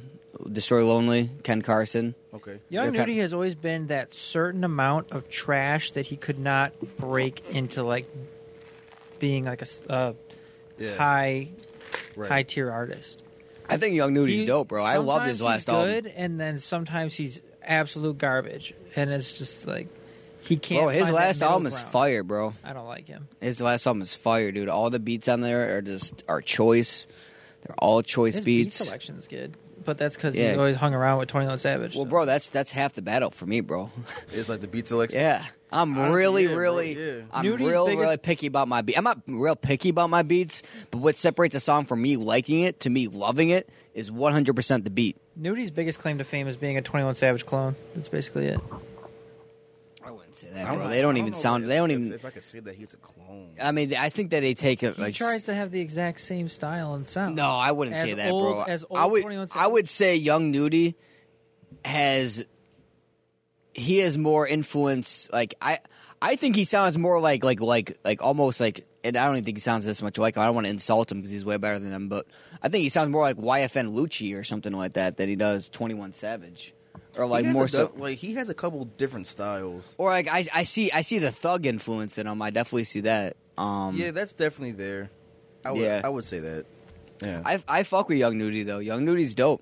Speaker 2: Destroy Lonely, Ken Carson.
Speaker 4: Okay.
Speaker 3: Young
Speaker 2: they're kind-
Speaker 3: Nudie has always been that certain amount of trash that he could not break into like being like a s- uh,
Speaker 4: Yeah.
Speaker 3: high
Speaker 4: right.
Speaker 3: high tier artist.
Speaker 2: I think Young Nudie's
Speaker 3: He-
Speaker 2: dope, bro. I love
Speaker 3: sometimes
Speaker 2: his last
Speaker 3: he's
Speaker 2: album.
Speaker 3: good, and then sometimes he's absolute garbage, and it's just like he can't.
Speaker 2: Bro, his
Speaker 3: find that
Speaker 2: last
Speaker 3: middle
Speaker 2: album is
Speaker 3: ground.
Speaker 2: fire, bro.
Speaker 3: I don't like him.
Speaker 2: His last album is fire, dude. All the beats on there are just are choice. They're all choice
Speaker 3: His beat
Speaker 2: beats.
Speaker 3: selection's good, but that's because
Speaker 2: Yeah.
Speaker 3: he always hung around with Twenty One Savage.
Speaker 2: Well,
Speaker 3: so.
Speaker 2: bro, that's that's half the battle for me, bro. <laughs>
Speaker 4: It's like the beat selection.
Speaker 2: yeah, I'm
Speaker 4: Honestly,
Speaker 2: really,
Speaker 4: yeah, bro,
Speaker 2: really,
Speaker 4: yeah.
Speaker 2: I'm
Speaker 3: Nudie's
Speaker 2: real,
Speaker 3: biggest-
Speaker 2: really picky about my beat. I'm not real picky about my beats, but what separates a song from me liking it to me loving it is 100 percent the beat.
Speaker 3: Nudie's biggest claim to fame is being a Twenty One Savage clone. That's basically it.
Speaker 2: I wouldn't say
Speaker 4: I
Speaker 2: that, bro.
Speaker 4: know-
Speaker 2: they don't,
Speaker 4: I
Speaker 2: even
Speaker 4: know
Speaker 2: sound.
Speaker 4: if-
Speaker 2: They don't
Speaker 4: if-
Speaker 2: even.
Speaker 4: If I could say that he's a clone.
Speaker 2: I mean, I think that they take it.
Speaker 3: He
Speaker 2: like,
Speaker 3: tries to have the exact same style and sound.
Speaker 2: No, I wouldn't
Speaker 3: As
Speaker 2: say that, bro.
Speaker 3: old- as old
Speaker 2: I would
Speaker 3: 21 Savage.
Speaker 2: I would say Young Nudie has he has more influence like I I think he sounds more like like like like almost like and I don't even think he sounds this much like him. I don't want to insult him because he's way better than him, but I think he sounds more like YFN Lucci or something like that than he does Twenty One Savage, or like
Speaker 4: He has
Speaker 2: more
Speaker 4: a,
Speaker 2: so,
Speaker 4: du- Like he has a couple different styles.
Speaker 2: or like I I see I see the thug influence in him. I definitely see that. Um,
Speaker 4: Yeah, that's definitely there. I would,
Speaker 2: Yeah.
Speaker 4: I would say that. Yeah.
Speaker 2: I, I fuck with Young Nudie though. Young Nudie's dope.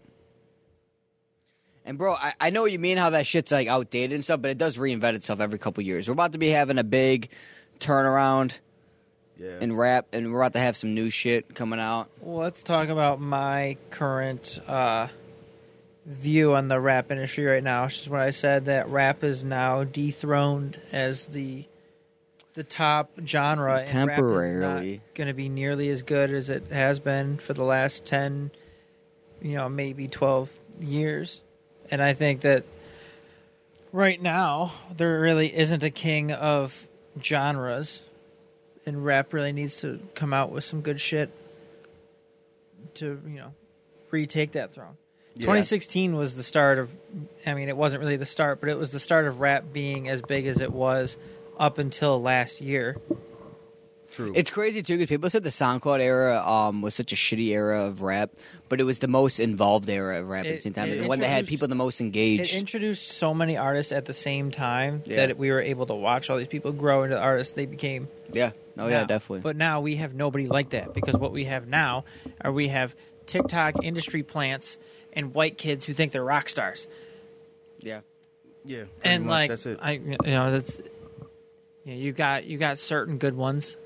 Speaker 2: And bro, I, I know what you mean how that shit's like outdated and stuff, but it does reinvent itself every couple years. We're about to be having a big turnaround
Speaker 4: Yeah.
Speaker 2: and rap, and we're about to have some new shit coming out.
Speaker 3: Well, let's talk about my current uh, view on the rap industry right now. It's just what I said that rap is now dethroned as the the top genre. and rap is not
Speaker 2: Temporarily.
Speaker 3: going to be nearly as good as it has been for the last ten, you know, maybe twelve years. And I think that right now there really isn't a king of genres, and rap really needs to come out with some good shit to you know retake that throne.
Speaker 4: Yeah.
Speaker 3: 2016 was the start of. I mean, it wasn't really the start, but it was the start of rap being as big as it was up until last year.
Speaker 4: True.
Speaker 2: It's crazy too because people said the SoundCloud era um, was such a shitty era of rap, but it was the most involved era of rap at the
Speaker 3: It-
Speaker 2: same time.
Speaker 3: it
Speaker 2: the one that had
Speaker 3: introduced-
Speaker 2: people the most
Speaker 3: It
Speaker 2: engaged.
Speaker 3: introduced so many artists at the same time
Speaker 2: Yeah.
Speaker 3: that we were able to watch all these people grow into the artists they became.
Speaker 2: yeah. No. Oh, Yeah.
Speaker 3: now.
Speaker 2: Definitely.
Speaker 3: But now we have nobody like that because what we have now are we have TikTok industry plants and white kids who think they're rock stars.
Speaker 2: yeah.
Speaker 4: yeah. pretty
Speaker 3: and
Speaker 4: much,
Speaker 3: like
Speaker 4: that's it.
Speaker 3: I, you know, that's you, know, you got you got certain good ones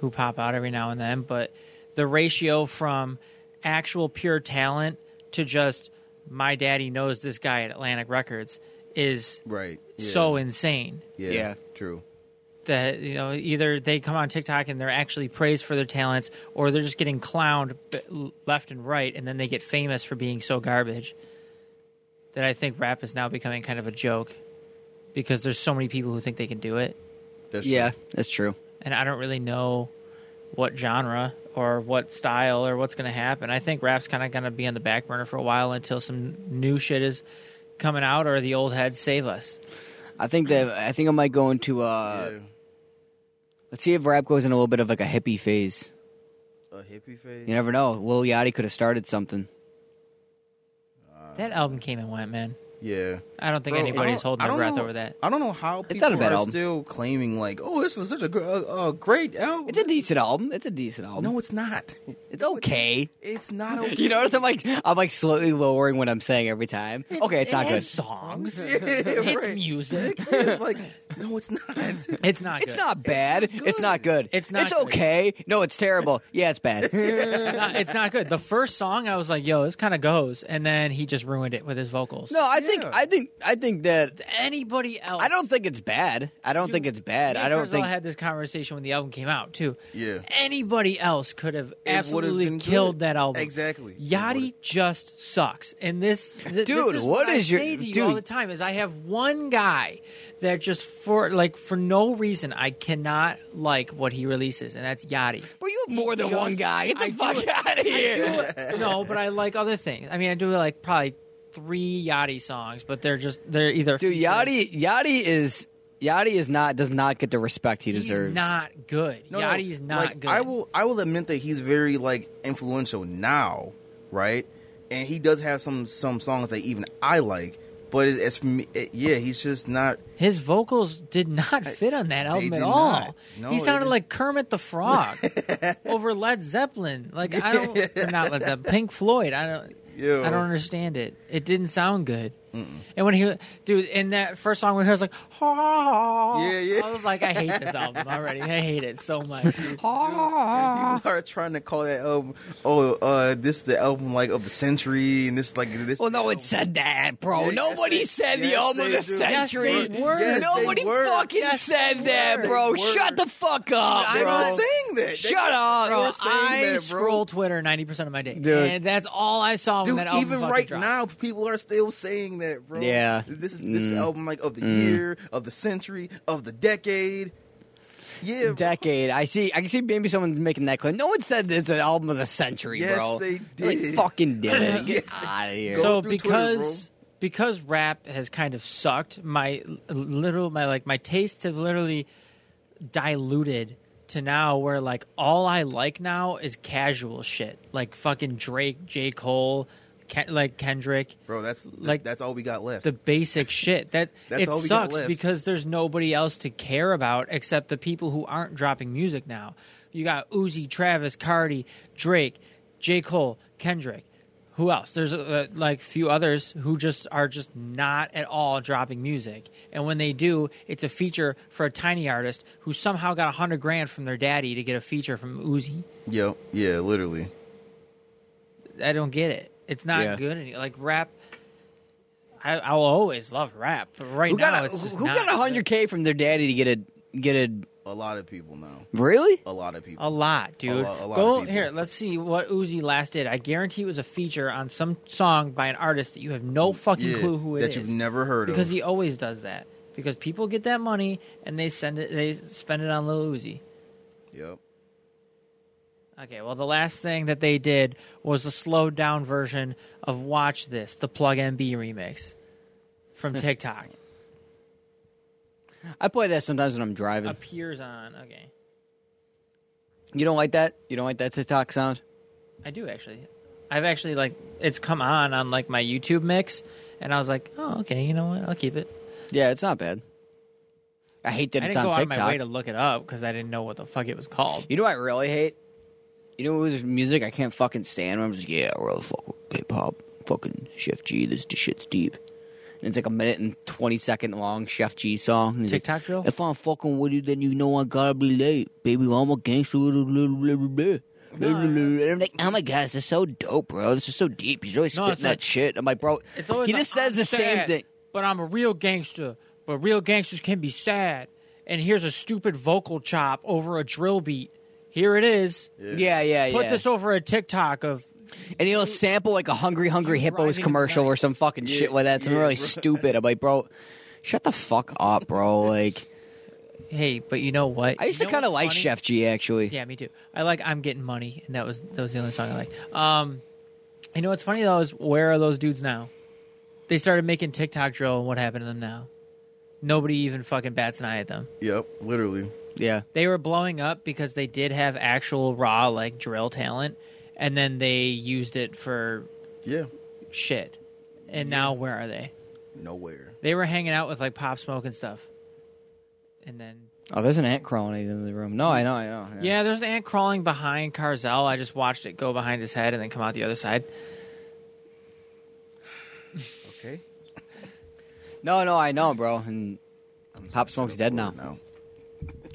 Speaker 3: who pop out every now and then, but the ratio from actual pure talent to just my daddy knows this guy at Atlantic Records is
Speaker 4: right. Yeah.
Speaker 3: so insane
Speaker 4: yeah.
Speaker 2: Yeah.
Speaker 4: True.
Speaker 3: that you know either they come on TikTok and they're actually praised for their talents, or they're just getting clowned b- left and right, and then they get famous for being so garbage. That I think rap is now becoming kind of a joke because there's so many people who think they can do it,
Speaker 4: That's
Speaker 2: Yeah.
Speaker 4: True.
Speaker 2: That's true.
Speaker 3: and I don't really know what genre or what style or what's going to happen. I think rap's kind of going to be on the back burner for a while until some new shit is coming out or the old heads save us.
Speaker 2: I think that I think I might go into. Uh,
Speaker 4: Yeah.
Speaker 2: Let's see if rap goes in a little bit of like a hippie phase.
Speaker 4: A hippie phase.
Speaker 2: You never know. Lil Yachty could have started something.
Speaker 3: That album came and went, man.
Speaker 4: Yeah.
Speaker 3: I don't think
Speaker 4: Bro, I
Speaker 3: anybody's
Speaker 4: don't-
Speaker 3: holding
Speaker 4: I
Speaker 3: their
Speaker 4: don't
Speaker 3: breath
Speaker 4: know-
Speaker 3: over that.
Speaker 4: I don't know how
Speaker 2: not a
Speaker 4: people
Speaker 2: bad
Speaker 4: are
Speaker 2: album.
Speaker 4: still claiming like, "Oh, this is such a, gr- a, a great album."
Speaker 2: It's a decent album. It's a decent album.
Speaker 4: no, it's not. <laughs>
Speaker 2: it's okay. <laughs>
Speaker 4: It's not okay. <laughs>
Speaker 2: You notice I'm like I'm like slowly lowering what I'm saying every time. Okay, it's
Speaker 3: it
Speaker 2: not good.
Speaker 3: has Songs. <laughs>
Speaker 4: it's
Speaker 3: It's music.
Speaker 4: it's like, no, it's not.
Speaker 3: <laughs>
Speaker 4: <laughs>
Speaker 3: It's not.
Speaker 2: It's
Speaker 3: good.
Speaker 2: not bad. It's not, good.
Speaker 3: It's not
Speaker 2: It's
Speaker 3: good.
Speaker 2: okay. No, it's
Speaker 3: <laughs>
Speaker 2: terrible. Yeah, it's bad.
Speaker 3: It's not. It's not good. The first song, I was like, "Yo, this kind of goes," and then he just ruined it with his vocals.
Speaker 2: No, I think
Speaker 4: Yeah.
Speaker 2: I think I think that
Speaker 3: Anybody else?
Speaker 2: I don't think it's bad. I don't think it's bad.
Speaker 3: Me
Speaker 2: I
Speaker 3: and
Speaker 2: don't
Speaker 3: Kurzweil
Speaker 2: think
Speaker 3: had this conversation when the album came out too.
Speaker 4: Yeah.
Speaker 3: Anybody else could have
Speaker 4: It would've
Speaker 3: absolutely
Speaker 4: been
Speaker 3: killed
Speaker 4: good.
Speaker 3: that album.
Speaker 4: Exactly. It
Speaker 3: Yachty
Speaker 4: would've-
Speaker 3: just sucks. And this, th- this
Speaker 2: Dude,
Speaker 3: is
Speaker 2: what
Speaker 3: what
Speaker 2: is
Speaker 3: I
Speaker 2: your-
Speaker 3: say to you
Speaker 2: dude.
Speaker 3: all the time is I have one guy that just for like for no reason I cannot like what he releases, and that's Yachty.
Speaker 2: Well, you have more than
Speaker 3: just-
Speaker 2: one guy. Get the
Speaker 3: I do
Speaker 2: fuck
Speaker 3: it.
Speaker 2: out of here.
Speaker 3: no, but I like other things. I mean, I do like probably three Yachty songs, but they're just they're either
Speaker 2: Dude,
Speaker 3: featured-
Speaker 2: Yachty Yachty is Yachty is not does not get the respect he
Speaker 3: He's
Speaker 2: deserves.
Speaker 3: not good.
Speaker 4: No, no,
Speaker 3: Yachty is not
Speaker 4: like,
Speaker 3: good.
Speaker 4: I will. I will admit that he's very like influential now, right? And he does have some some songs that even I like. But it, it's for me, it, yeah, he's just not.
Speaker 3: His vocals did not fit on that album at
Speaker 4: did
Speaker 3: all.
Speaker 4: not. No,
Speaker 3: he
Speaker 4: it
Speaker 3: sounded
Speaker 4: didn't.
Speaker 3: like Kermit the
Speaker 4: <laughs>
Speaker 3: Frog over Led Zeppelin. Like I don't or not Led Zeppelin, Pink Floyd. I don't.
Speaker 4: Ew.
Speaker 3: I don't understand it. It didn't sound good. And when he, dude, in that first song we heard, I was like, oh.
Speaker 4: Yeah, yeah.
Speaker 3: I was like, I hate this album already. I hate it so
Speaker 4: <laughs>
Speaker 3: much. dude.
Speaker 4: And people <laughs> are trying to call that album. Oh, uh, this is the album like of the century, and this like this.
Speaker 2: Well, no, it said that, bro.
Speaker 4: Yes,
Speaker 2: Nobody
Speaker 4: they-
Speaker 2: said the
Speaker 4: yes,
Speaker 2: album of
Speaker 4: they
Speaker 2: the
Speaker 4: do.
Speaker 3: Yes,
Speaker 2: century.
Speaker 3: they were. Yes,
Speaker 4: they
Speaker 2: Nobody
Speaker 4: were.
Speaker 2: fucking
Speaker 3: Yes,
Speaker 2: said
Speaker 3: they
Speaker 2: that,
Speaker 3: were.
Speaker 2: bro.
Speaker 4: They were.
Speaker 2: Shut the fuck up,
Speaker 3: I
Speaker 4: they
Speaker 2: bro.
Speaker 4: were saying that. They-
Speaker 2: Shut up.
Speaker 4: they
Speaker 3: Bro,
Speaker 4: were
Speaker 3: I
Speaker 4: saying that, bro.
Speaker 3: scroll Twitter ninety percent of my day,
Speaker 2: Dude.
Speaker 3: and that's all I saw when
Speaker 4: Dude,
Speaker 3: that album
Speaker 4: even
Speaker 3: fucking
Speaker 4: right
Speaker 3: dropped.
Speaker 4: now, people are still saying that, bro.
Speaker 2: Yeah.
Speaker 4: this is this
Speaker 2: Mm.
Speaker 4: album like of the year, of the century, of the decade. Yeah, bro.
Speaker 2: decade. I see. I can see maybe someone's making that claim. No one said it's an album of the century,
Speaker 4: Yes,
Speaker 2: bro.
Speaker 4: they
Speaker 2: Like,
Speaker 4: did. <laughs>
Speaker 2: fucking did it. Get
Speaker 4: Yes,
Speaker 2: out of here.
Speaker 4: Go
Speaker 3: so
Speaker 4: through
Speaker 3: because
Speaker 4: Twitter,
Speaker 3: because rap has kind of sucked my l- little my like my tastes have literally diluted to now where like all i like now is casual shit like fucking drake j cole Ken- like kendrick
Speaker 4: bro. That's
Speaker 3: Like,
Speaker 4: like that's all we got left.
Speaker 3: the basic shit that
Speaker 4: <laughs> That's
Speaker 3: it
Speaker 4: all we got
Speaker 3: sucks
Speaker 4: left.
Speaker 3: because there's nobody else to care about except the people who aren't dropping music now. You got Uzi, Travis, Cardi, Drake, J. Cole, Kendrick. who else? There's uh, like few others who just are just not at all dropping music, and when they do, it's a feature for a tiny artist who somehow got a hundred grand from their daddy to get a feature from Uzi.
Speaker 4: Yo, yeah, literally.
Speaker 3: I don't get it. It's not
Speaker 4: Yeah.
Speaker 3: good. Any- Like rap, I, I'll always love rap. But right
Speaker 2: Who
Speaker 3: now,
Speaker 2: got a,
Speaker 3: it's just
Speaker 2: who
Speaker 3: not
Speaker 2: got
Speaker 3: good.
Speaker 2: hundred k from their daddy to get a get a
Speaker 4: A lot of people now.
Speaker 2: really?
Speaker 4: A lot of
Speaker 3: A
Speaker 4: people.
Speaker 3: lot, dude.
Speaker 4: lot- a lot of
Speaker 3: Go
Speaker 4: people.
Speaker 3: here. Let's see what Uzi last did. I guarantee it was a feature on some song by an artist that you have no fucking
Speaker 4: yeah,
Speaker 3: clue who it
Speaker 4: that
Speaker 3: is.
Speaker 4: you've never heard
Speaker 3: because
Speaker 4: of.
Speaker 3: he always does that. Because people get that money and they send it, they spend it on Lil Uzi.
Speaker 4: yep.
Speaker 3: Okay, well, the last thing that they did was a slowed down version of "Watch This," the Plug MB remix
Speaker 4: <laughs>
Speaker 3: from TikTok.
Speaker 2: I play that sometimes when I'm
Speaker 3: Uh,
Speaker 2: driving.
Speaker 3: Appears on okay.
Speaker 2: You don't like that? You don't like that TikTok sound?
Speaker 3: I do actually. I've actually like it's come on on like my YouTube mix, and I was like, oh okay, you know what? I'll keep it.
Speaker 2: Yeah, it's not bad. I hate that
Speaker 3: I
Speaker 2: it's
Speaker 3: didn't go
Speaker 2: on
Speaker 3: out of my
Speaker 2: TikTok.
Speaker 3: way to look it up because I didn't know what the fuck it was called.
Speaker 2: You know what I really hate? You know what was music I can't fucking stand? I'm just yeah, I really fuck with hip hop, fucking Chef G. This d- shit's deep. And it's like a minute and twenty second long Chef G song. And he's like,
Speaker 3: TikTok drill?
Speaker 2: If I'm fucking with you, then you know I gotta be late, baby. I'm a gangster. Blah, blah, blah, blah, blah. Blah, blah, blah. And I'm like, oh my god, this is so dope, bro. This is so deep. He's always
Speaker 3: No,
Speaker 2: spitting
Speaker 3: it's
Speaker 2: that
Speaker 3: like-
Speaker 2: shit. I'm like, bro,
Speaker 3: <laughs> It's always
Speaker 2: he
Speaker 3: like,
Speaker 2: just says
Speaker 3: "I'm
Speaker 2: the same
Speaker 3: sad,
Speaker 2: thing.
Speaker 3: But I'm a real gangster. But real gangsters can be sad. And here's a stupid vocal chop over a drill beat. Here it is.
Speaker 2: Yeah, yeah, yeah.
Speaker 3: Put this over a TikTok of
Speaker 2: And he'll sample like a Hungry Hungry Hippos
Speaker 3: driving
Speaker 2: commercial
Speaker 3: right.
Speaker 2: or some fucking shit like that. Some
Speaker 4: yeah,
Speaker 2: really <laughs>
Speaker 4: bro.
Speaker 2: stupid. I'm like, bro, shut the fuck up, bro. Like,
Speaker 3: hey, but you know what?
Speaker 2: I used to
Speaker 3: You know
Speaker 2: kind of
Speaker 3: what's
Speaker 2: like
Speaker 3: funny?
Speaker 2: Chef G actually.
Speaker 3: Yeah, me too. I like I'm getting money, and that was that was the only song I liked. Um, you know what's funny though is where are those dudes now? They started making TikTok drill, and what happened to them now? Nobody even fucking bats an eye at them.
Speaker 4: Yep. Literally.
Speaker 2: Yeah.
Speaker 3: They were blowing up because they did have actual raw like drill talent, and then they used it for
Speaker 4: Yeah.
Speaker 3: shit. And now where are they?
Speaker 4: Nowhere.
Speaker 3: They were hanging out with like Pop Smoke and stuff, and then
Speaker 2: Oh, there's an ant crawling in the room. No, I know, I know.
Speaker 3: Yeah, there's an ant crawling behind Carzel. I just watched it go behind his head and then come out the other side.
Speaker 4: Okay.
Speaker 2: No, no, I know, bro. And
Speaker 4: I'm just
Speaker 2: Pop
Speaker 4: gonna
Speaker 2: Smoke's
Speaker 4: sit up
Speaker 2: dead now.
Speaker 4: for it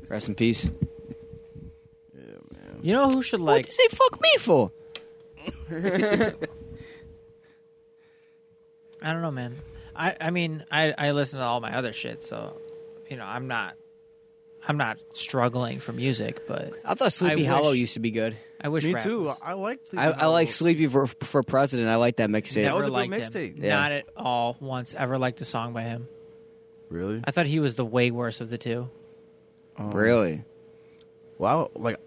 Speaker 2: rest in peace.
Speaker 3: You know who should
Speaker 2: what
Speaker 3: like?
Speaker 2: did you say fuck me for?
Speaker 3: I don't know, man. I I mean, I I listen to all my other shit, so you know, I'm not I'm not struggling for music, but
Speaker 2: I thought Sleepy
Speaker 3: wish-
Speaker 2: Hollow used to be good.
Speaker 3: I wish
Speaker 4: Me
Speaker 3: rap
Speaker 4: too.
Speaker 3: was-
Speaker 4: I like. Sleepy
Speaker 2: I, I like
Speaker 4: Hollow.
Speaker 2: Sleepy for, for President. I like that mixtape.
Speaker 3: Never
Speaker 4: was a good
Speaker 3: liked him.
Speaker 4: mixtape.
Speaker 2: Yeah.
Speaker 3: Not at all. Once ever liked a song by him.
Speaker 4: Really?
Speaker 3: I thought he was the way worse of the two.
Speaker 2: Really?
Speaker 4: Wow. Like,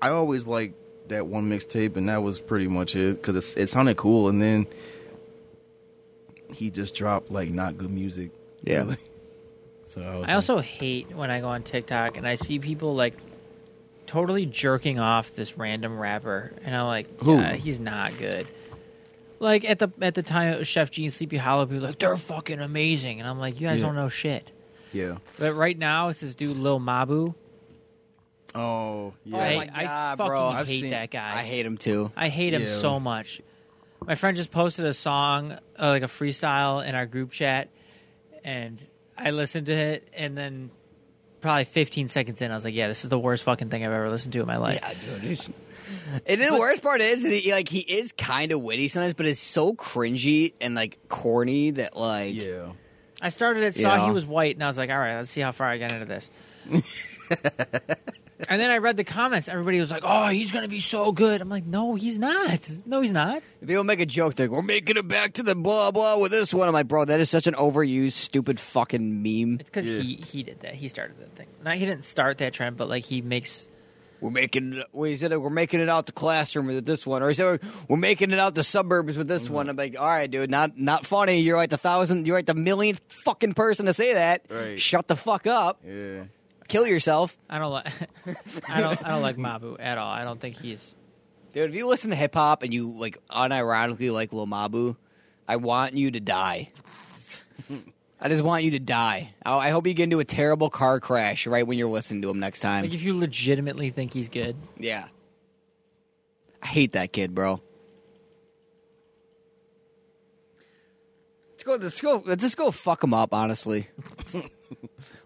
Speaker 4: I always liked that one mixtape, and that was pretty much it because it sounded cool. And then he just dropped like not good music.
Speaker 2: Yeah.
Speaker 4: So I, was
Speaker 3: I also hate when I go on TikTok and I see people like totally jerking off this random rapper, and I'm like,
Speaker 4: Who?
Speaker 3: "Yeah, he's not good. Like at the at the time, it was Chef G and Sleepy Hollow. People were like they're fucking amazing, and I'm like, you guys
Speaker 4: Yeah.
Speaker 3: don't know shit.
Speaker 4: yeah.
Speaker 3: But right now, it's this dude Lil Mabu.
Speaker 4: Oh yeah.
Speaker 3: I,
Speaker 2: my
Speaker 3: I
Speaker 2: God,
Speaker 3: fucking
Speaker 2: bro.
Speaker 4: I've
Speaker 3: hate
Speaker 4: seen-
Speaker 3: that guy.
Speaker 2: I hate him too.
Speaker 3: I hate him
Speaker 4: Yeah.
Speaker 3: so much. My friend just posted a song, uh, like a freestyle, in our group chat, and I listened to it, and then probably 15 seconds in, I was like, "Yeah, this is the worst fucking thing I've ever listened to in my life."
Speaker 2: And the worst part is that he, like he is kind of witty sometimes, but it's so cringy and like corny that like
Speaker 4: yeah.
Speaker 3: I started it, saw
Speaker 2: Yeah.
Speaker 3: he was white, and I was like, "All right, let's see how far I get into this." and then I read the comments. Everybody was like, "Oh, he's gonna be so good." I'm like, "No, he's not. No, he's not."
Speaker 2: if people make a joke. They're like, "We're making it back to the blah blah with this one." I'm like, bro, that is such an overused, stupid fucking meme.
Speaker 3: It's because
Speaker 4: Yeah.
Speaker 3: he he did that. He started that thing. Not he didn't start that trend, but like he makes
Speaker 2: We're making it. Well, he said we're making it out the classroom with this one, or he said we're making it out the suburbs with this
Speaker 4: Mm-hmm.
Speaker 2: one. I'm like, all right, dude, not not funny. You're like the thousand, you're like the millionth fucking person to say that.
Speaker 4: Right.
Speaker 2: Shut the fuck up.
Speaker 4: Yeah.
Speaker 2: Kill yourself.
Speaker 3: I don't like. <laughs> I don't. I don't like Mabu at all. I don't think he's.
Speaker 2: Dude, if you listen to hip hop and you like unironically like Lil Mabu, I want you to die. <laughs> I just want you to die. I, I hope you get into a terrible car crash right when you're listening to him next time.
Speaker 3: Like if you legitimately think he's good,
Speaker 2: yeah. I hate that kid, bro. go. Let's go. Let's just go fuck them up.
Speaker 3: <laughs>
Speaker 2: Honestly,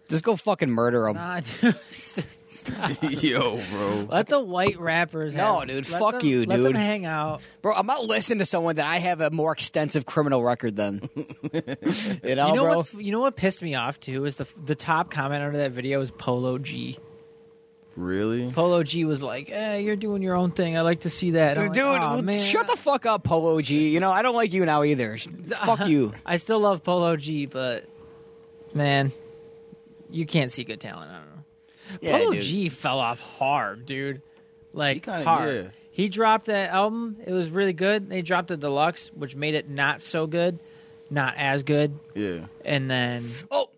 Speaker 2: just go fucking murder them.
Speaker 3: Nah, dude. st- Stop.
Speaker 4: <laughs> Yo, bro.
Speaker 3: Let the white rappers.
Speaker 2: No,
Speaker 3: have-
Speaker 2: dude,
Speaker 3: let
Speaker 2: fuck
Speaker 3: them-
Speaker 2: you,
Speaker 3: let
Speaker 2: dude.
Speaker 3: Them hang out.
Speaker 2: Bro, I'm not listening to someone that I have a more extensive criminal record
Speaker 4: <laughs>
Speaker 2: than. you know,
Speaker 3: You know
Speaker 2: bro.
Speaker 3: what's? You know what pissed me off too is the the top comment under that video is Polo G.
Speaker 4: Really?
Speaker 3: Polo G was like, "Eh, you're doing your own thing. I like to see that." And I'm
Speaker 2: Dude,
Speaker 3: like, "Aw, man."
Speaker 2: shut the fuck up, Polo G. You know, I don't like you now either.
Speaker 3: <laughs>
Speaker 2: Sh- fuck you.
Speaker 3: I still love Polo G, but man, you can't see good talent. I don't know.
Speaker 2: Yeah,
Speaker 3: Polo
Speaker 2: dude.
Speaker 3: G fell off hard, dude. Like
Speaker 4: He kinda-
Speaker 3: hard.
Speaker 4: yeah.
Speaker 3: He dropped that album. It was really good. They dropped a deluxe, which made it not so good, not as good.
Speaker 4: Yeah.
Speaker 3: And then
Speaker 2: Oh,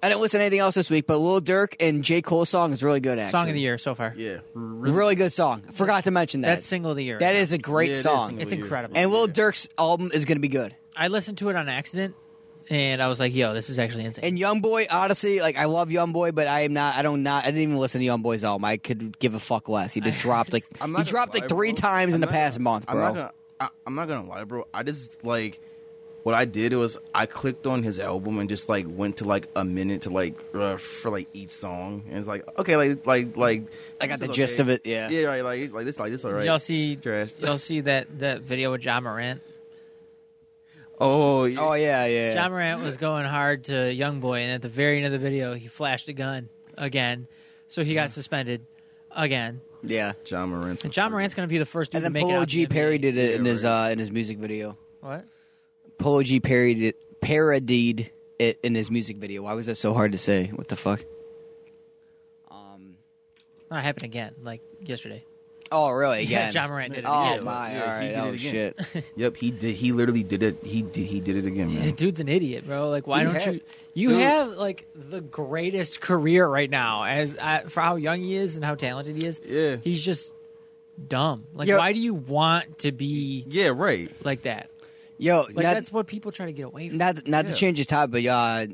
Speaker 2: I didn't listen to anything else this week, but Lil Durk and J. Cole song is really good, actually.
Speaker 3: song of the year so far.
Speaker 4: Yeah.
Speaker 2: Really, good song. Forgot to mention that.
Speaker 3: That's single of the year.
Speaker 2: that is a great
Speaker 4: Yeah, it is
Speaker 2: song.
Speaker 4: single
Speaker 3: It's
Speaker 4: year.
Speaker 3: incredible.
Speaker 2: and Lil Durk's album is going to be good.
Speaker 3: I listened to it on accident, and I was like, "Yo, this is actually insane."
Speaker 2: And Youngboy, honestly, like I love Youngboy, but I am not. I don't not. I didn't even listen to Youngboy's album. I could give a fuck less. He
Speaker 3: <laughs>
Speaker 2: just dropped like
Speaker 4: I'm not
Speaker 2: he
Speaker 4: gonna
Speaker 2: dropped like
Speaker 4: lie,
Speaker 2: 3
Speaker 4: bro.
Speaker 2: times in
Speaker 4: I'm
Speaker 2: the
Speaker 4: not
Speaker 2: past
Speaker 4: gonna-
Speaker 2: month,
Speaker 4: I'm
Speaker 2: bro.
Speaker 4: not gonna. I, I'm not gonna lie, bro. I just like what I did was I clicked on his album and just like went to like a minute to like uh, for like each song and it's like okay, like like like
Speaker 2: I got
Speaker 4: this
Speaker 2: the
Speaker 4: is
Speaker 2: gist of it, yeah.
Speaker 4: yeah, right. Like like this, like this, all right.
Speaker 3: Y'all see,
Speaker 4: Trash.
Speaker 3: y'all see that that video with John Morant.
Speaker 4: Oh, yeah.
Speaker 2: Oh yeah, yeah.
Speaker 3: John Morant was going hard to YoungBoy, and at the very end of the video, he flashed a gun again, so he got suspended again.
Speaker 2: Yeah.
Speaker 4: John Morant.
Speaker 3: And John Morant's going to be the first dude
Speaker 2: And
Speaker 3: to
Speaker 2: then
Speaker 3: make it
Speaker 2: Polo
Speaker 3: out
Speaker 2: G
Speaker 3: the NBA.
Speaker 2: parodied it in
Speaker 4: Yeah,
Speaker 2: his uh, in his music video.
Speaker 3: What?
Speaker 2: Polo G parodied it, parodied it in his music video. Why was that so hard to say? What the fuck? Um.
Speaker 3: No, it happened again, like yesterday. <laughs>
Speaker 2: Oh really? Again?
Speaker 3: Yeah, John Morant did it
Speaker 2: Oh
Speaker 3: again.
Speaker 2: my!
Speaker 4: Yeah, he did
Speaker 2: all right. Oh
Speaker 4: it again.
Speaker 2: shit.
Speaker 3: <laughs>
Speaker 4: Yep, he did. He literally did it. He did. He did it again,
Speaker 3: The
Speaker 4: man.
Speaker 3: dude's an idiot, bro. Like, why
Speaker 4: He
Speaker 3: don't
Speaker 4: had-
Speaker 3: you? You
Speaker 4: dude.
Speaker 3: have like the greatest career right now, as uh, for how young he is and how talented he is.
Speaker 4: Yeah.
Speaker 3: he's just dumb. Like,
Speaker 2: Yeah.
Speaker 3: why do you want to be
Speaker 4: Yeah, right.
Speaker 3: like that?
Speaker 2: Yo,
Speaker 3: Like,
Speaker 2: not,
Speaker 3: that's what people try to get away from.
Speaker 2: not not to
Speaker 4: Yeah.
Speaker 2: change the topic, but uh,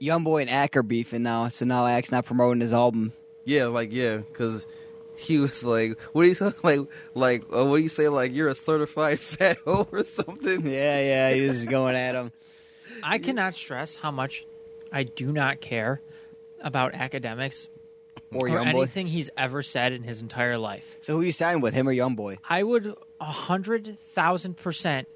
Speaker 2: Young Boy and Ack are beefing now, so now Ack's not promoting his album.
Speaker 4: Yeah, like yeah, because he was like, "What do you say? <laughs> Like, like, uh, what do you say? Like, you're a certified <laughs> fat hoe or something?"
Speaker 2: <laughs> Yeah, yeah, he was going at him.
Speaker 3: I cannot stress how much I do not care about academics
Speaker 2: Or,
Speaker 3: or,
Speaker 2: Young Boy.
Speaker 3: anything he's ever said in his entire life.
Speaker 2: So who you signing with, him or Young Boy?
Speaker 3: I would a hundred thousand percent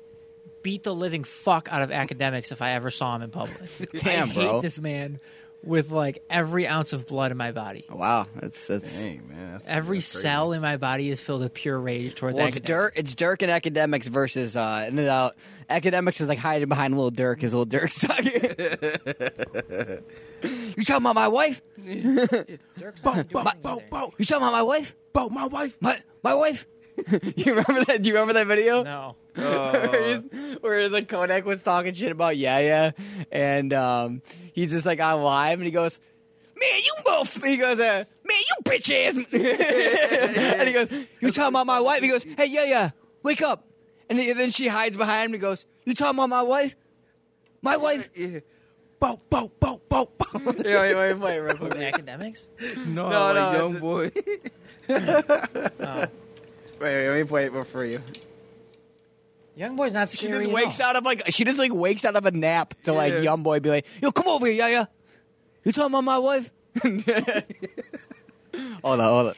Speaker 3: beat the living fuck out of academics if I ever saw him in public.
Speaker 2: <laughs> Damn,
Speaker 3: I
Speaker 2: bro.
Speaker 3: hate this man with like every ounce of blood in my body.
Speaker 2: Wow, that's that's.
Speaker 4: Dang, man. That's,
Speaker 3: Every
Speaker 4: that's crazy.
Speaker 3: cell in my body is filled with pure rage towards
Speaker 2: Well, it's
Speaker 3: academics.
Speaker 2: Dirk. It's Dirk and academics versus uh, and then, uh, academics is like hiding behind little Dirk. His little Dirk's <laughs> talking. you talking about my wife?
Speaker 4: Bo, bo,
Speaker 2: My-
Speaker 4: bo, bo,
Speaker 2: You talking about my wife?
Speaker 4: bo, my wife.
Speaker 2: My my wife? <laughs> you remember that? Do you remember that video?
Speaker 3: No.
Speaker 4: Uh,
Speaker 2: Where it's like Kodak was talking shit about Yaya, and um, he's just like on live, and he goes, "Man, you both." He goes, uh, "Man, you bitch ass." <laughs> and he goes, "You talking about my wife?" He goes, "Hey, Yaya, wake up!" And he- then she hides behind him and goes, "You talking about my wife? My <laughs> wife?"
Speaker 4: <laughs> yeah. Bo, bo, bo, bo, bo.
Speaker 2: <laughs> Yeah, wait, wait,
Speaker 4: <laughs>
Speaker 2: wait, wait, wait,
Speaker 3: With academics?
Speaker 4: no,
Speaker 2: No,
Speaker 4: like,
Speaker 2: no,
Speaker 4: young
Speaker 2: it's- Uh.
Speaker 4: boy.
Speaker 2: <laughs>
Speaker 4: <laughs>
Speaker 2: wait, let me play it for you.
Speaker 3: Young boy's not
Speaker 2: She
Speaker 3: scary.
Speaker 2: just
Speaker 3: at
Speaker 2: wakes
Speaker 3: all.
Speaker 2: out of like she just like wakes out of a nap to like
Speaker 4: Yeah.
Speaker 2: young boy be like, "Yo, come over here, yeah, yeah. You talking about my wife?" hold on, hold on.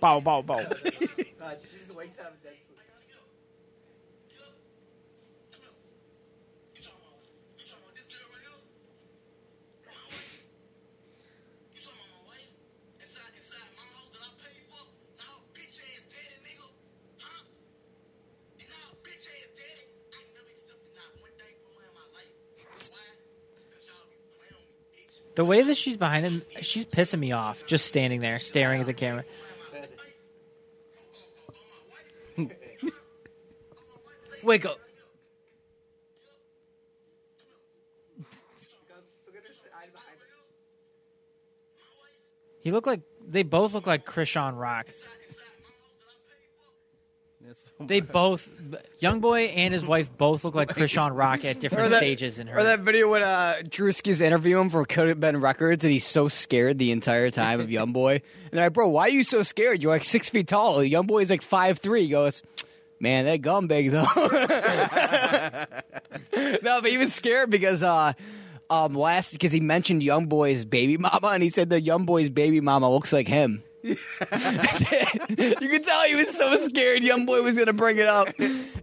Speaker 6: Oh,
Speaker 3: Bow, bow, bow. The way that she's behind him, she's pissing me off. Just standing <laughs> there, staring at the camera. Wiggle. He looked like they both look like Krishan Rock. They both, young boy and his wife, both look like Krishan Rock at different stages in her.
Speaker 2: Or that video when uh, Drewski's interviewing him for Could Have Been Records, and he's so scared the entire time of YoungBoy. And they're like, "Bro, why are you so scared? You're like six feet tall. YoungBoy's like five three. He goes, "Man, that gum big though." <laughs> no, but he was scared because uh, um, last because he mentioned YoungBoy's baby mama, and he said the YoungBoy's baby mama looks like him. <laughs> you could tell he was so scared Young Boy was gonna bring it up.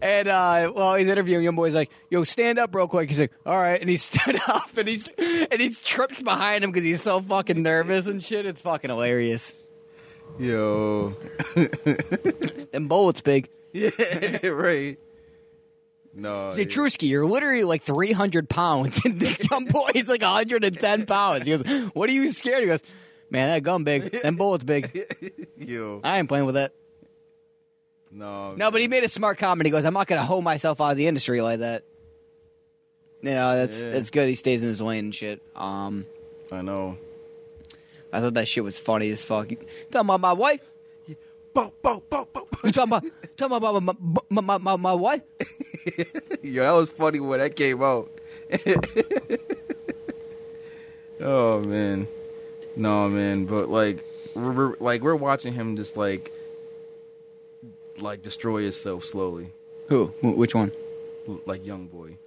Speaker 2: And uh, while he's interviewing, Young Boy's like, "Yo, stand up real quick." He's like, "All right," and he <laughs> stood up and he's and he's tripped behind him because he's so fucking nervous and shit. It's fucking hilarious. <laughs>
Speaker 4: Yo.
Speaker 2: And bullets big.
Speaker 4: yeah, right. No.
Speaker 2: He's like, Trusky, you're literally like 300 pounds, <laughs> and the young boy is like 110 pounds. He goes, "What are you scared?" He goes, "Man, that gun big, and bullets big.
Speaker 4: Yo.
Speaker 2: I ain't playing with that."
Speaker 4: No.
Speaker 2: No, but he made a smart comment. He goes, "I'm not going to hold myself out of the industry like that." You know, that's
Speaker 4: Yeah.
Speaker 2: that's good. He stays in his lane and shit. Um,
Speaker 4: I know.
Speaker 2: I thought that shit was funny as fuck. You talking about my wife?
Speaker 4: Bo, bo, bo, bo.
Speaker 2: You talking about <laughs> talking about my my my, my, my wife?
Speaker 4: Yo, that was funny when that came out. <laughs> oh man, no man, but like, we're, we're- like we're watching him just like, like destroy himself slowly,
Speaker 2: Who? Wh- Which one?
Speaker 4: l- like young boy.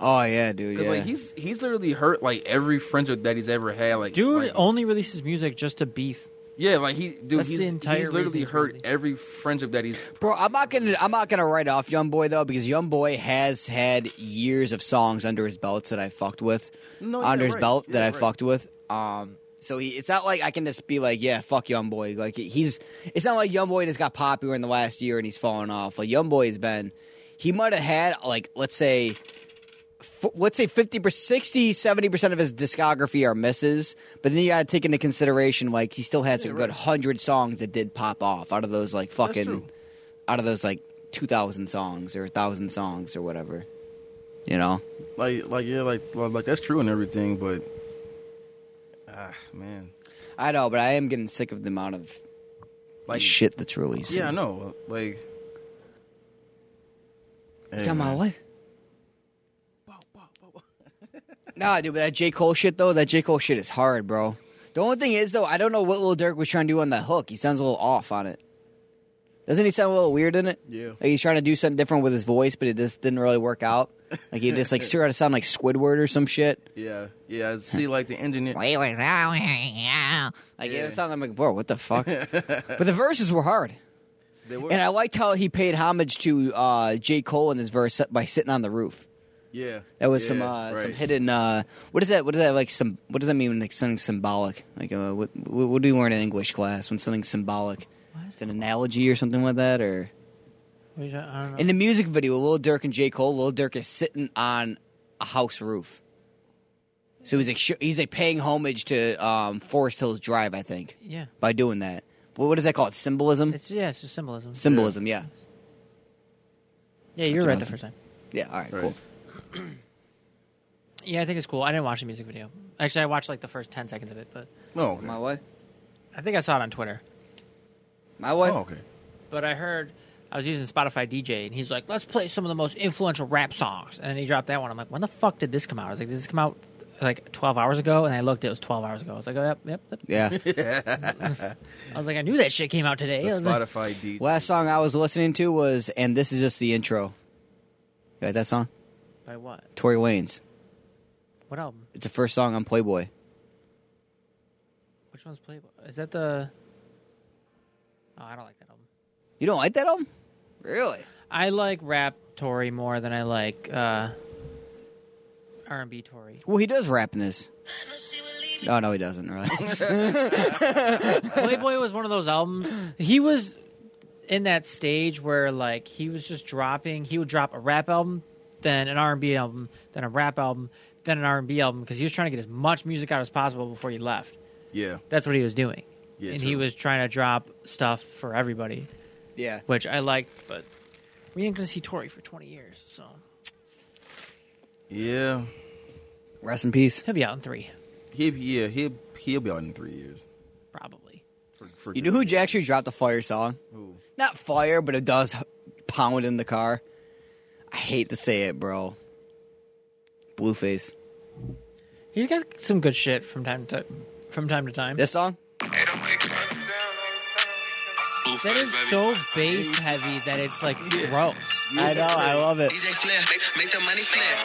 Speaker 2: Oh yeah, dude.
Speaker 4: Because
Speaker 2: Yeah.
Speaker 4: like he's he's literally hurt like every friendship that he's ever had. Like
Speaker 3: Dude
Speaker 4: like,
Speaker 3: only releases music just to beef.
Speaker 4: yeah, like he dude
Speaker 3: That's the
Speaker 4: he's,
Speaker 3: entire
Speaker 4: he's literally
Speaker 3: reason he's
Speaker 4: hurt
Speaker 3: really-
Speaker 4: every friendship that he's.
Speaker 2: Bro, I'm not gonna I'm not gonna write off Young Boy though because Young Boy has had years of songs under his belts that I fucked with,
Speaker 4: No, yeah,
Speaker 2: under his
Speaker 4: right.
Speaker 2: belt that
Speaker 4: Yeah,
Speaker 2: I
Speaker 4: right.
Speaker 2: fucked with. Um, so he it's not like I can just be like, yeah, fuck Young Boy. Like he's it's not like Young Boy just got popular in the last year and he's falling off. Like Young Boy has been, he might have had like let's say f- let's say 50 60 70% of his discography are misses but then you gotta take into consideration like he still has a good 100 songs that did pop off out of those like
Speaker 4: true.
Speaker 2: fucking out of those like 2000 songs or 1000 songs or whatever you know
Speaker 4: Like like yeah like like, like that's true and everything, but ah man,
Speaker 2: i know but i am getting sick of the amount of
Speaker 4: like
Speaker 2: shit that's released
Speaker 4: Yeah, I know. Like, hey,
Speaker 2: Tell my
Speaker 4: man.
Speaker 2: wife.
Speaker 4: <laughs>
Speaker 2: nah, dude, but that J. Cole shit though, that J. Cole shit is hard, bro. The only thing is though, I don't know what Lil Durk was trying to do on the hook. He sounds a little off on it. Doesn't he sound a little weird in it?
Speaker 4: Yeah.
Speaker 2: Like he's trying to do something different with his voice, but it just didn't really work out. Like he
Speaker 4: <laughs>
Speaker 2: just like started to sound like Squidward or some shit.
Speaker 4: Yeah, yeah. I See, like the engineer.
Speaker 2: Like
Speaker 4: Yeah.
Speaker 2: it sounded like, bro, what the
Speaker 4: <laughs>
Speaker 2: fuck? but the verses were hard.
Speaker 4: They were,
Speaker 2: And I liked how he paid homage to uh, J. Cole in his verse by sitting on the roof.
Speaker 4: yeah,
Speaker 2: That was some
Speaker 4: yeah,
Speaker 2: uh, some
Speaker 4: right.
Speaker 2: hidden. Uh, what is that? What is that like? Some what does that mean? Like something symbolic? Like uh, what what what do we learn in English class when something's symbolic? It's an analogy or something like that. Or
Speaker 3: What are you- I don't know.
Speaker 2: in the music video, Lil Durk and J Cole, Lil Durk is sitting on a house roof. So he's like sh- he's like paying homage to um, Forest Hills Drive, I think,
Speaker 3: yeah,
Speaker 2: by doing that. Well, what is that called? Symbolism.
Speaker 3: it's yeah, it's just symbolism.
Speaker 2: Symbolism. Yeah.
Speaker 3: Yeah, you're right the
Speaker 2: awesome.
Speaker 3: first time.
Speaker 2: Yeah. All right.
Speaker 4: Right.
Speaker 2: Cool.
Speaker 3: Yeah, I think it's cool. I didn't watch the music video. Actually, I watched like the first ten seconds of it, but
Speaker 4: Oh, okay.
Speaker 2: My wife.
Speaker 3: I think I saw it on Twitter.
Speaker 2: My wife.
Speaker 4: Oh, okay.
Speaker 3: But I heard I was using Spotify DJ, and he's like, "Let's play some of the most influential rap songs." And then he dropped that one. I'm like, "When the fuck did this come out?" I was like, "Did this come out like 12 hours ago?" And I looked, it was 12 hours ago. I was like, oh, "Yep, yep." yep.
Speaker 4: <laughs>
Speaker 2: Yeah.
Speaker 3: I was like, "I knew that shit came out today."
Speaker 4: The
Speaker 3: I was like,
Speaker 4: Spotify D.
Speaker 2: Last song I was listening to was, and this is just the intro. You like that song?
Speaker 3: By what?
Speaker 2: Tory Lanez.
Speaker 3: What album?
Speaker 2: It's the first song on Playboy.
Speaker 3: Which one's Playboy? Is that the? Oh, I don't like that album.
Speaker 2: You don't like that album? Really?
Speaker 3: I like rap Tory more than I like uh, R&B
Speaker 4: <laughs>
Speaker 3: Tory.
Speaker 2: Well, he does rap in this. Oh no, he doesn't really. <laughs>
Speaker 3: Playboy was one of those albums. He was in that stage where like he was just dropping. He would drop a rap album, then an R and B album, then a rap album, then an R and B album because he was trying to get as much music out as possible before he left.
Speaker 4: Yeah,
Speaker 3: That's what he was doing,
Speaker 4: Yeah,
Speaker 3: and
Speaker 4: true.
Speaker 3: he was trying to drop stuff for everybody,
Speaker 2: yeah.
Speaker 3: which I liked. But We ain't gonna see Tori for 20 years, so
Speaker 4: Yeah,
Speaker 2: Rest in peace.
Speaker 3: he'll be out in three,
Speaker 4: he'll be- yeah he'll he'll be out in three years.
Speaker 3: probably.
Speaker 4: For, for
Speaker 2: You know who actually dropped a fire song?
Speaker 4: Who?
Speaker 2: Not fire, but it does pound in the car. I hate to say it, bro. Blueface.
Speaker 3: He's got some good shit from time to from time to time.
Speaker 2: This song?
Speaker 3: that is so bass heavy that it's like gross.
Speaker 2: I know. I love it.
Speaker 5: DJ Flair, make the money flare.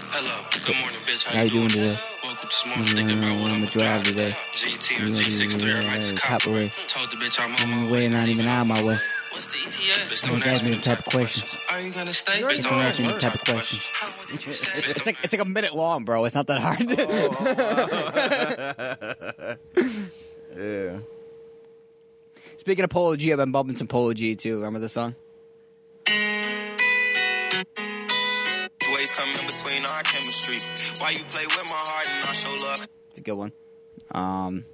Speaker 5: Hello, good morning, bitch. How,
Speaker 2: How you doing today?
Speaker 5: Welcome to Smart. Thinking about what
Speaker 2: I'm
Speaker 5: I'm
Speaker 2: gonna drive today.
Speaker 5: GT
Speaker 2: You
Speaker 5: or
Speaker 2: know,
Speaker 5: G63,
Speaker 2: you
Speaker 5: I might
Speaker 2: know,
Speaker 5: just
Speaker 2: top
Speaker 5: cop
Speaker 2: away.
Speaker 5: away. Told the bitch I'm on
Speaker 2: I'm
Speaker 5: my
Speaker 2: way
Speaker 5: way.
Speaker 2: not even on my way.
Speaker 5: What's the E ETA? Bitch,
Speaker 2: Don't ask me
Speaker 5: them
Speaker 2: the type of questions.
Speaker 5: Are you gonna stay?
Speaker 3: already
Speaker 5: Bitch,
Speaker 3: told
Speaker 5: don't
Speaker 3: me
Speaker 5: ask me
Speaker 2: the
Speaker 5: the
Speaker 2: type of
Speaker 5: type of questions. How did you say?
Speaker 2: It's like it's like a minute long, bro. It's not that hard. <laughs>
Speaker 4: Yeah.
Speaker 2: Speaking of Polo G, I've been bumping some Polo G too. Remember this song?
Speaker 5: Ways come in between our chemistry. Why you play with my heart and I show love?
Speaker 2: It's a good one. Um,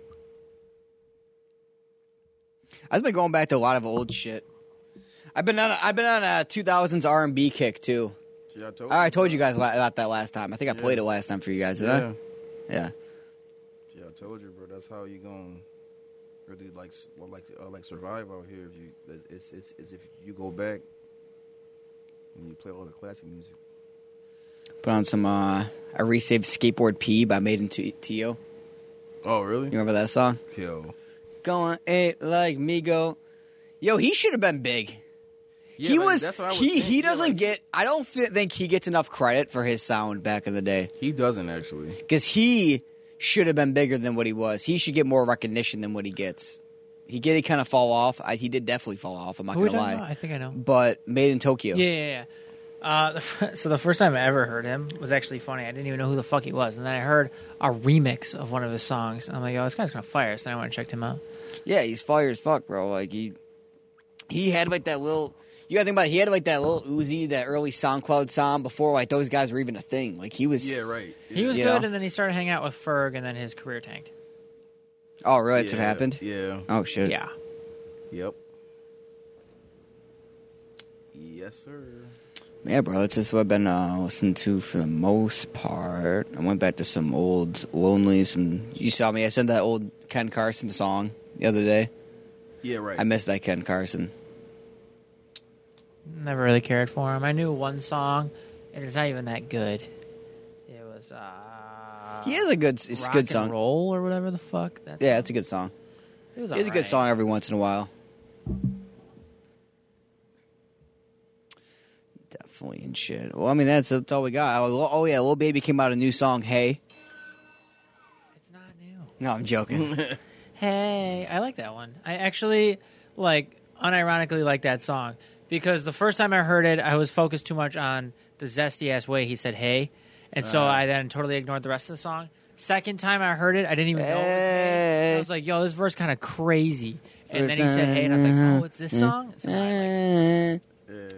Speaker 2: I've been going back to a lot of old shit. I've been on a, I've been on a 2000s R&B kick too.
Speaker 4: See, I told
Speaker 2: I told you guys la- about that last time. I think I played it last time for you guys, did
Speaker 4: Yeah.
Speaker 2: I? Yeah.
Speaker 4: See, I told you, bro. That's how you gonna really like s- well, like uh, like survive out here. If you that's- it's it's it's if you go back and you play all the classic music.
Speaker 2: Put on some uh, I resaved skateboard P by Maiden to Tio.
Speaker 4: Oh
Speaker 2: You
Speaker 4: really?
Speaker 2: remember that song?
Speaker 4: Yo.
Speaker 2: Going ain't like me go. Yo, he should have been big. he was, he he doesn't get I don't thi- think he gets enough credit for his sound back in the day
Speaker 4: He doesn't actually.
Speaker 2: because he should have been bigger than what he was. He should get more recognition than what he gets. He did kind of fall off. I, he did definitely fall off. I'm not
Speaker 3: Who are we
Speaker 2: gonna
Speaker 3: talking
Speaker 2: lie.
Speaker 3: about? I think I know.
Speaker 2: But Made in Tokyo.
Speaker 3: Yeah, yeah, yeah. Uh, the f- <laughs> so the first time I ever heard him was actually funny. I didn't even know who the fuck he was, and then I heard a remix of one of his songs. And I'm like, "Yo, this guy's gonna fire!" So then I went and checked him out.
Speaker 2: Yeah, he's fire as fuck, bro. Like he he had like that little you gotta think about it, he had like that little Uzi, that early SoundCloud sound before like those guys were even a thing. Like he was
Speaker 4: Yeah right.
Speaker 3: He was
Speaker 2: You
Speaker 3: good,
Speaker 2: know?
Speaker 3: and then he started hanging out with Ferg, and then his career tanked.
Speaker 2: Oh really that's what happened?
Speaker 4: Yeah.
Speaker 2: Oh shit.
Speaker 3: Yeah,
Speaker 4: Yep. Yes sir.
Speaker 2: Yeah, bro, that's just what I've been uh, listening to for the most part. I went back to some old lonely some you saw me, I sent that old Ken Carson song the other day.
Speaker 4: Yeah right.
Speaker 2: I missed that Ken Carson.
Speaker 3: never really cared for him. I knew one song, and it's not even that good. It was uh,
Speaker 2: He has a good it's a
Speaker 3: rock
Speaker 2: good
Speaker 3: and
Speaker 2: song.
Speaker 3: roll or whatever the fuck. That's
Speaker 2: Yeah, it's a good song.
Speaker 3: it was,
Speaker 2: He has a
Speaker 3: alright.
Speaker 2: good song every once in a while. Definitely and shit. Well, I mean that's, that's all we got. Oh, oh yeah, little baby came out a new song. Hey,
Speaker 3: It's not new.
Speaker 2: no, I'm joking. <laughs>
Speaker 3: Hey, I like that one. I actually like unironically like that song because the first time I heard it, I was focused too much on the zesty ass way he said "hey," and so
Speaker 2: Uh-huh.
Speaker 3: I then totally ignored the rest of the song. Second time I heard it, I didn't even know. It was hey.
Speaker 2: Hey.
Speaker 3: I was like, "Yo, this verse kind of crazy," and then he said "hey," and I was like, "Oh, it's this song." So <laughs> I like-
Speaker 4: yeah.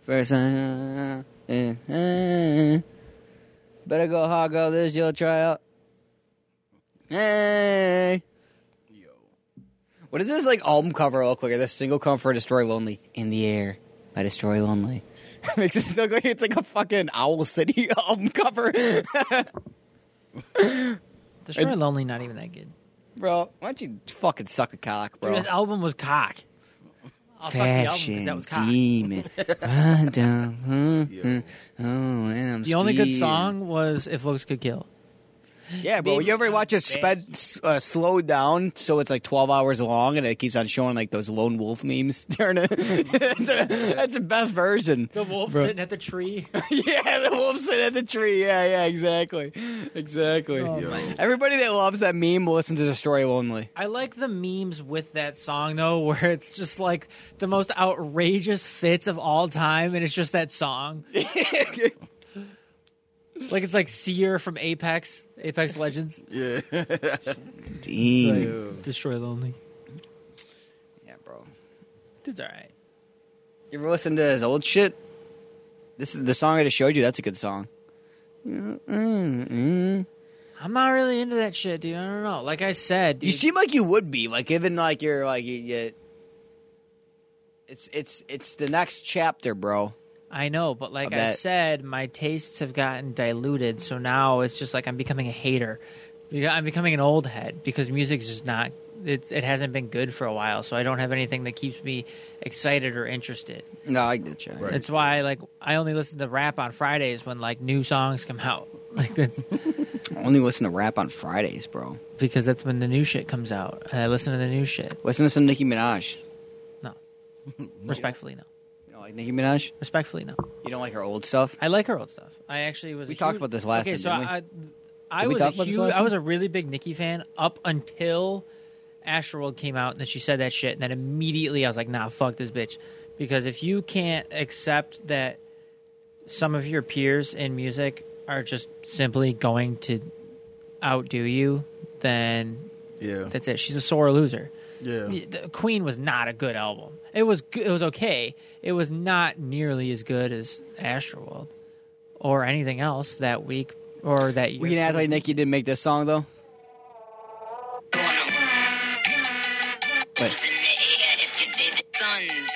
Speaker 2: First, uh, uh, uh, better go hard, go. This is your tryout. Hey,
Speaker 4: Yo.
Speaker 2: what is this like album cover look like? This single cover for Destroy Lonely in the air by Destroy Lonely. <laughs> Makes it look like it's like a fucking Owl City <laughs> album cover,
Speaker 3: "Destroy Lonely" not even that good.
Speaker 2: bro. Why don't you fucking suck a cock, bro?
Speaker 3: This album was cock. I'll suck the album because that was cock. <laughs>
Speaker 2: demon. Run down, huh, huh.
Speaker 4: Yo.
Speaker 2: Oh, and I'm
Speaker 3: The only good
Speaker 2: speeding.
Speaker 3: song was "If Looks Could Kill."
Speaker 2: Yeah, bro.
Speaker 3: Baby,
Speaker 2: You ever
Speaker 3: I'm
Speaker 2: watch
Speaker 3: a
Speaker 2: it sped s- uh, slowed down so it's like twelve hours long and it keeps on showing like those lone wolf memes? <laughs> during it? that's, a, that's the best version.
Speaker 3: The wolf sitting at the tree.
Speaker 2: <laughs> yeah, the wolf sitting at the tree. Yeah, yeah, exactly, exactly.
Speaker 4: Yo.
Speaker 2: Everybody that loves that meme will listen to the story lonely.
Speaker 3: I like the memes with that song though, <laughs> where it's just like the most outrageous fits of all time, and it's just that song. like it's like Seer from Apex, Apex Legends,
Speaker 4: Yeah.
Speaker 2: Demon.
Speaker 3: Destroy Lonely.
Speaker 2: Yeah, bro.
Speaker 3: Dude's all right.
Speaker 2: You ever listen to his old shit? This is the song I just showed you. That's a good song.
Speaker 3: I'm not really into that shit, dude. I don't know. Like I said,
Speaker 2: You
Speaker 3: dude,
Speaker 2: seem like you would be like, even like you're like you, you It's it's it's the next chapter, bro.
Speaker 3: I know, but like
Speaker 2: I
Speaker 3: I,
Speaker 2: bet.
Speaker 3: said, my tastes have gotten diluted, so now it's just like I'm becoming a hater. Beca- I'm becoming an old head because music's just not it's it hasn't been good for a while, so I don't have anything that keeps me excited or interested.
Speaker 2: No, I get you.
Speaker 4: Right.
Speaker 3: That's why like I only listen to rap on Fridays when like new songs come out. Like that's
Speaker 2: I only listen to rap on Fridays, bro.
Speaker 3: because that's when the new shit comes out. And I listen to the new shit.
Speaker 2: Listen to some Nicki Minaj.
Speaker 3: Respectfully, no.
Speaker 2: You know, like Nicki Minaj.
Speaker 3: Respectfully, no.
Speaker 2: You don't like her old stuff.
Speaker 3: I like her old stuff. I actually was.
Speaker 2: We
Speaker 3: a
Speaker 2: talked
Speaker 3: huge-
Speaker 2: about this last
Speaker 3: Okay,
Speaker 2: time,
Speaker 3: so
Speaker 2: didn't we?
Speaker 3: I, I
Speaker 2: Did we
Speaker 3: was
Speaker 2: talk
Speaker 3: a
Speaker 2: about this
Speaker 3: huge.
Speaker 2: last
Speaker 3: I
Speaker 2: time?
Speaker 3: was a really big Nicki fan up until Astroworld came out, and then she said that shit, and then immediately I was like, "Nah, fuck this bitch," because if you can't accept that some of your peers in music are just simply going to outdo you, then
Speaker 4: Yeah.
Speaker 3: that's it. She's a sore loser.
Speaker 4: Yeah.
Speaker 3: The Queen was not a good album. It was go- it was okay. It was not nearly as good as Astroworld or anything else that week or that year.
Speaker 2: We can act like Nicki didn't make this song though.
Speaker 6: in the air if you did it, sons.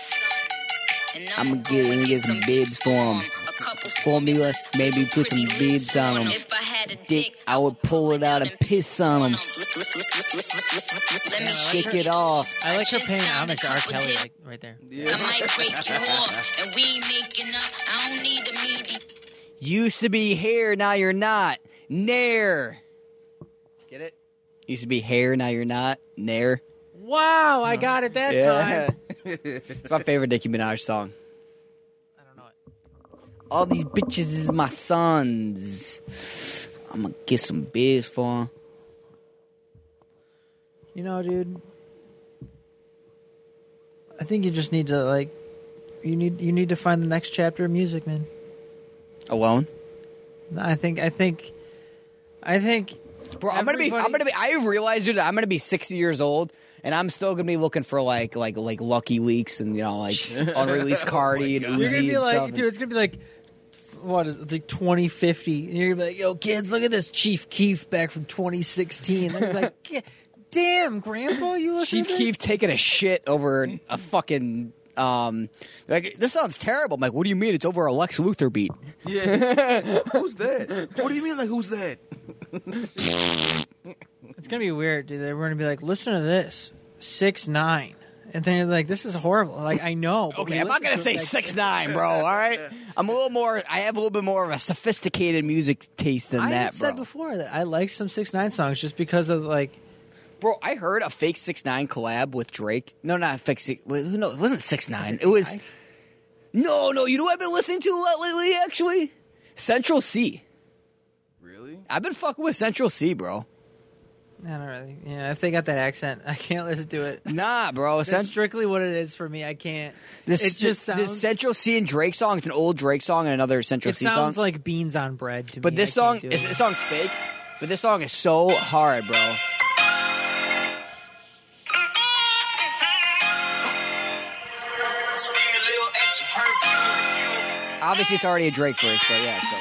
Speaker 6: And
Speaker 2: I'ma
Speaker 6: I'ma
Speaker 2: get-
Speaker 6: go and
Speaker 2: get some bibs for 'em.
Speaker 6: A couple
Speaker 2: Formula, maybe put some
Speaker 6: pretty
Speaker 2: bibs on 'em.
Speaker 6: If I had a
Speaker 2: Dick,
Speaker 6: dick,
Speaker 2: I would pull it out and piss on
Speaker 6: on
Speaker 2: 'em.
Speaker 6: 'em. Let me shake
Speaker 2: Shake it off.
Speaker 3: I like her paying
Speaker 6: Just
Speaker 3: homage
Speaker 6: found a
Speaker 3: to R.
Speaker 6: couple
Speaker 3: Kelly
Speaker 6: dicks.
Speaker 3: like, right there.
Speaker 6: I might break you off, and we ain't making up. I don't need a meaty.
Speaker 2: Used to be hair, now you're not. Nair. Get it? Used to be hair, now you're not. Nair.
Speaker 3: Wow, I got it that time.
Speaker 2: <laughs> it's my favorite Nicki Minaj song.
Speaker 3: I don't know it.
Speaker 2: All these bitches is my sons. I'm gonna get some beers for 'em.
Speaker 3: You know, dude. I think you just need to like you need you need to find the next chapter of music, man.
Speaker 2: Alone?
Speaker 3: I think I think I think
Speaker 2: Bro, I'm gonna be. I'm gonna
Speaker 3: Everybody-
Speaker 2: be. I realize, dude, I'm gonna be 60 years old, and I'm still gonna be looking for like, like, like Lucky Weeks and you know, like
Speaker 3: <laughs>
Speaker 2: unreleased Cardi and Uzi.
Speaker 3: Oh You're gonna be
Speaker 2: and
Speaker 3: like,
Speaker 2: stuff.
Speaker 3: dude, it's gonna be like, f- what is it, like 2050, and you're gonna be like, yo, kids, look at this Chief Keef back from 2016. They're gonna be like, "Ga- damn, Grandpa, you listen
Speaker 2: Chief
Speaker 3: to this?
Speaker 2: Keef taking a shit over a fucking. Um, like this sounds terrible. I'm like, what do you mean? It's over a Lex Luthor beat.
Speaker 4: Yeah. <laughs> who's that? What do you mean? Like who's that?
Speaker 3: It's gonna be weird, dude. They're gonna be like, listen to this, six nine, and then you're like, this is horrible. Like, I know. but
Speaker 2: Okay,
Speaker 3: we
Speaker 2: I'm not
Speaker 3: listen to
Speaker 2: gonna
Speaker 3: it,
Speaker 2: say
Speaker 3: like,
Speaker 2: six nine, bro. All
Speaker 3: <laughs>
Speaker 2: right, I'm a little more. I have a little bit more of a sophisticated music taste than
Speaker 3: I have
Speaker 2: that, bro.
Speaker 3: said before that I like some six nine songs just because of like
Speaker 2: Bro, I heard a fake six nine collab with Drake. No, not fake six. wait, No, it wasn't six nine. It was. No, no. You know what I've been listening to a lot lately, actually. Central C.
Speaker 4: Really?
Speaker 2: I've been fucking with Central C, bro.
Speaker 3: I don't really, you know, if they got that accent, <laughs> I can't listen to it.
Speaker 2: Nah, bro.
Speaker 3: That's
Speaker 2: Cent-
Speaker 3: strictly what it is for me. I can't.
Speaker 2: this,
Speaker 3: it just sounds.
Speaker 2: this Central C and Drake song. It's an old Drake song and another Central
Speaker 3: it
Speaker 2: C
Speaker 3: sounds
Speaker 2: song.
Speaker 3: like beans on bread to me.
Speaker 2: but this
Speaker 3: I
Speaker 2: song,
Speaker 3: can't do
Speaker 2: is,
Speaker 3: it.
Speaker 2: this song's fake. But this song is so hard, bro.
Speaker 5: Spray a little extra perfume.
Speaker 2: Obviously, it's already a Drake verse, but yeah. It's dope.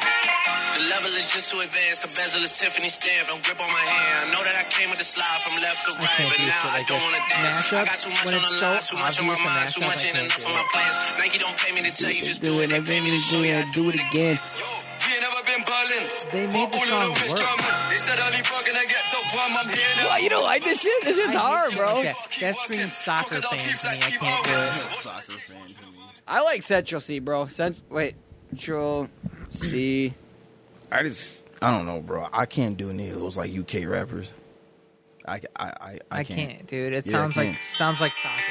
Speaker 5: The level is just too advanced. The bezel is Tiffany stamp. Don't grip on my hand. I know that I came with the slide from left to right,
Speaker 3: can't
Speaker 5: but
Speaker 3: do
Speaker 5: now
Speaker 3: shit
Speaker 5: I
Speaker 3: like
Speaker 5: don't
Speaker 3: this.
Speaker 5: want to dance. I got
Speaker 3: Mashups,
Speaker 5: too much
Speaker 3: when
Speaker 5: on the
Speaker 3: it's
Speaker 5: line,
Speaker 3: so
Speaker 5: too much on my
Speaker 3: obvious a
Speaker 5: mind, too
Speaker 3: mashup,
Speaker 5: much
Speaker 3: I
Speaker 5: ain't
Speaker 3: can't
Speaker 5: enough
Speaker 3: do
Speaker 5: of
Speaker 3: it.
Speaker 5: my plans. Nike don't pay me to tell you, just do it. They pay me to show you. I do it again. Yo, we ain't never been ballin'.
Speaker 3: They made
Speaker 5: Fuck
Speaker 3: the
Speaker 5: all of
Speaker 3: song
Speaker 5: rich
Speaker 3: work.
Speaker 5: drumming. They said I leave fucking, I get top one. I'm here now.
Speaker 2: What? You don't like this shit? This shit's
Speaker 3: I hate
Speaker 2: hard,
Speaker 3: shit
Speaker 2: bro.
Speaker 3: like that. That screams soccer fan to me. I can't do it.
Speaker 4: Soccer fan. to me.
Speaker 2: I like Central C, bro. Cent- wait, Central C.
Speaker 4: I just I don't know, bro. I can't do any of those like UK rappers. I I I, I
Speaker 3: I
Speaker 4: can't.
Speaker 3: can't, dude. It
Speaker 4: Yeah, I
Speaker 3: sounds like
Speaker 4: can't.
Speaker 3: sounds like soccer.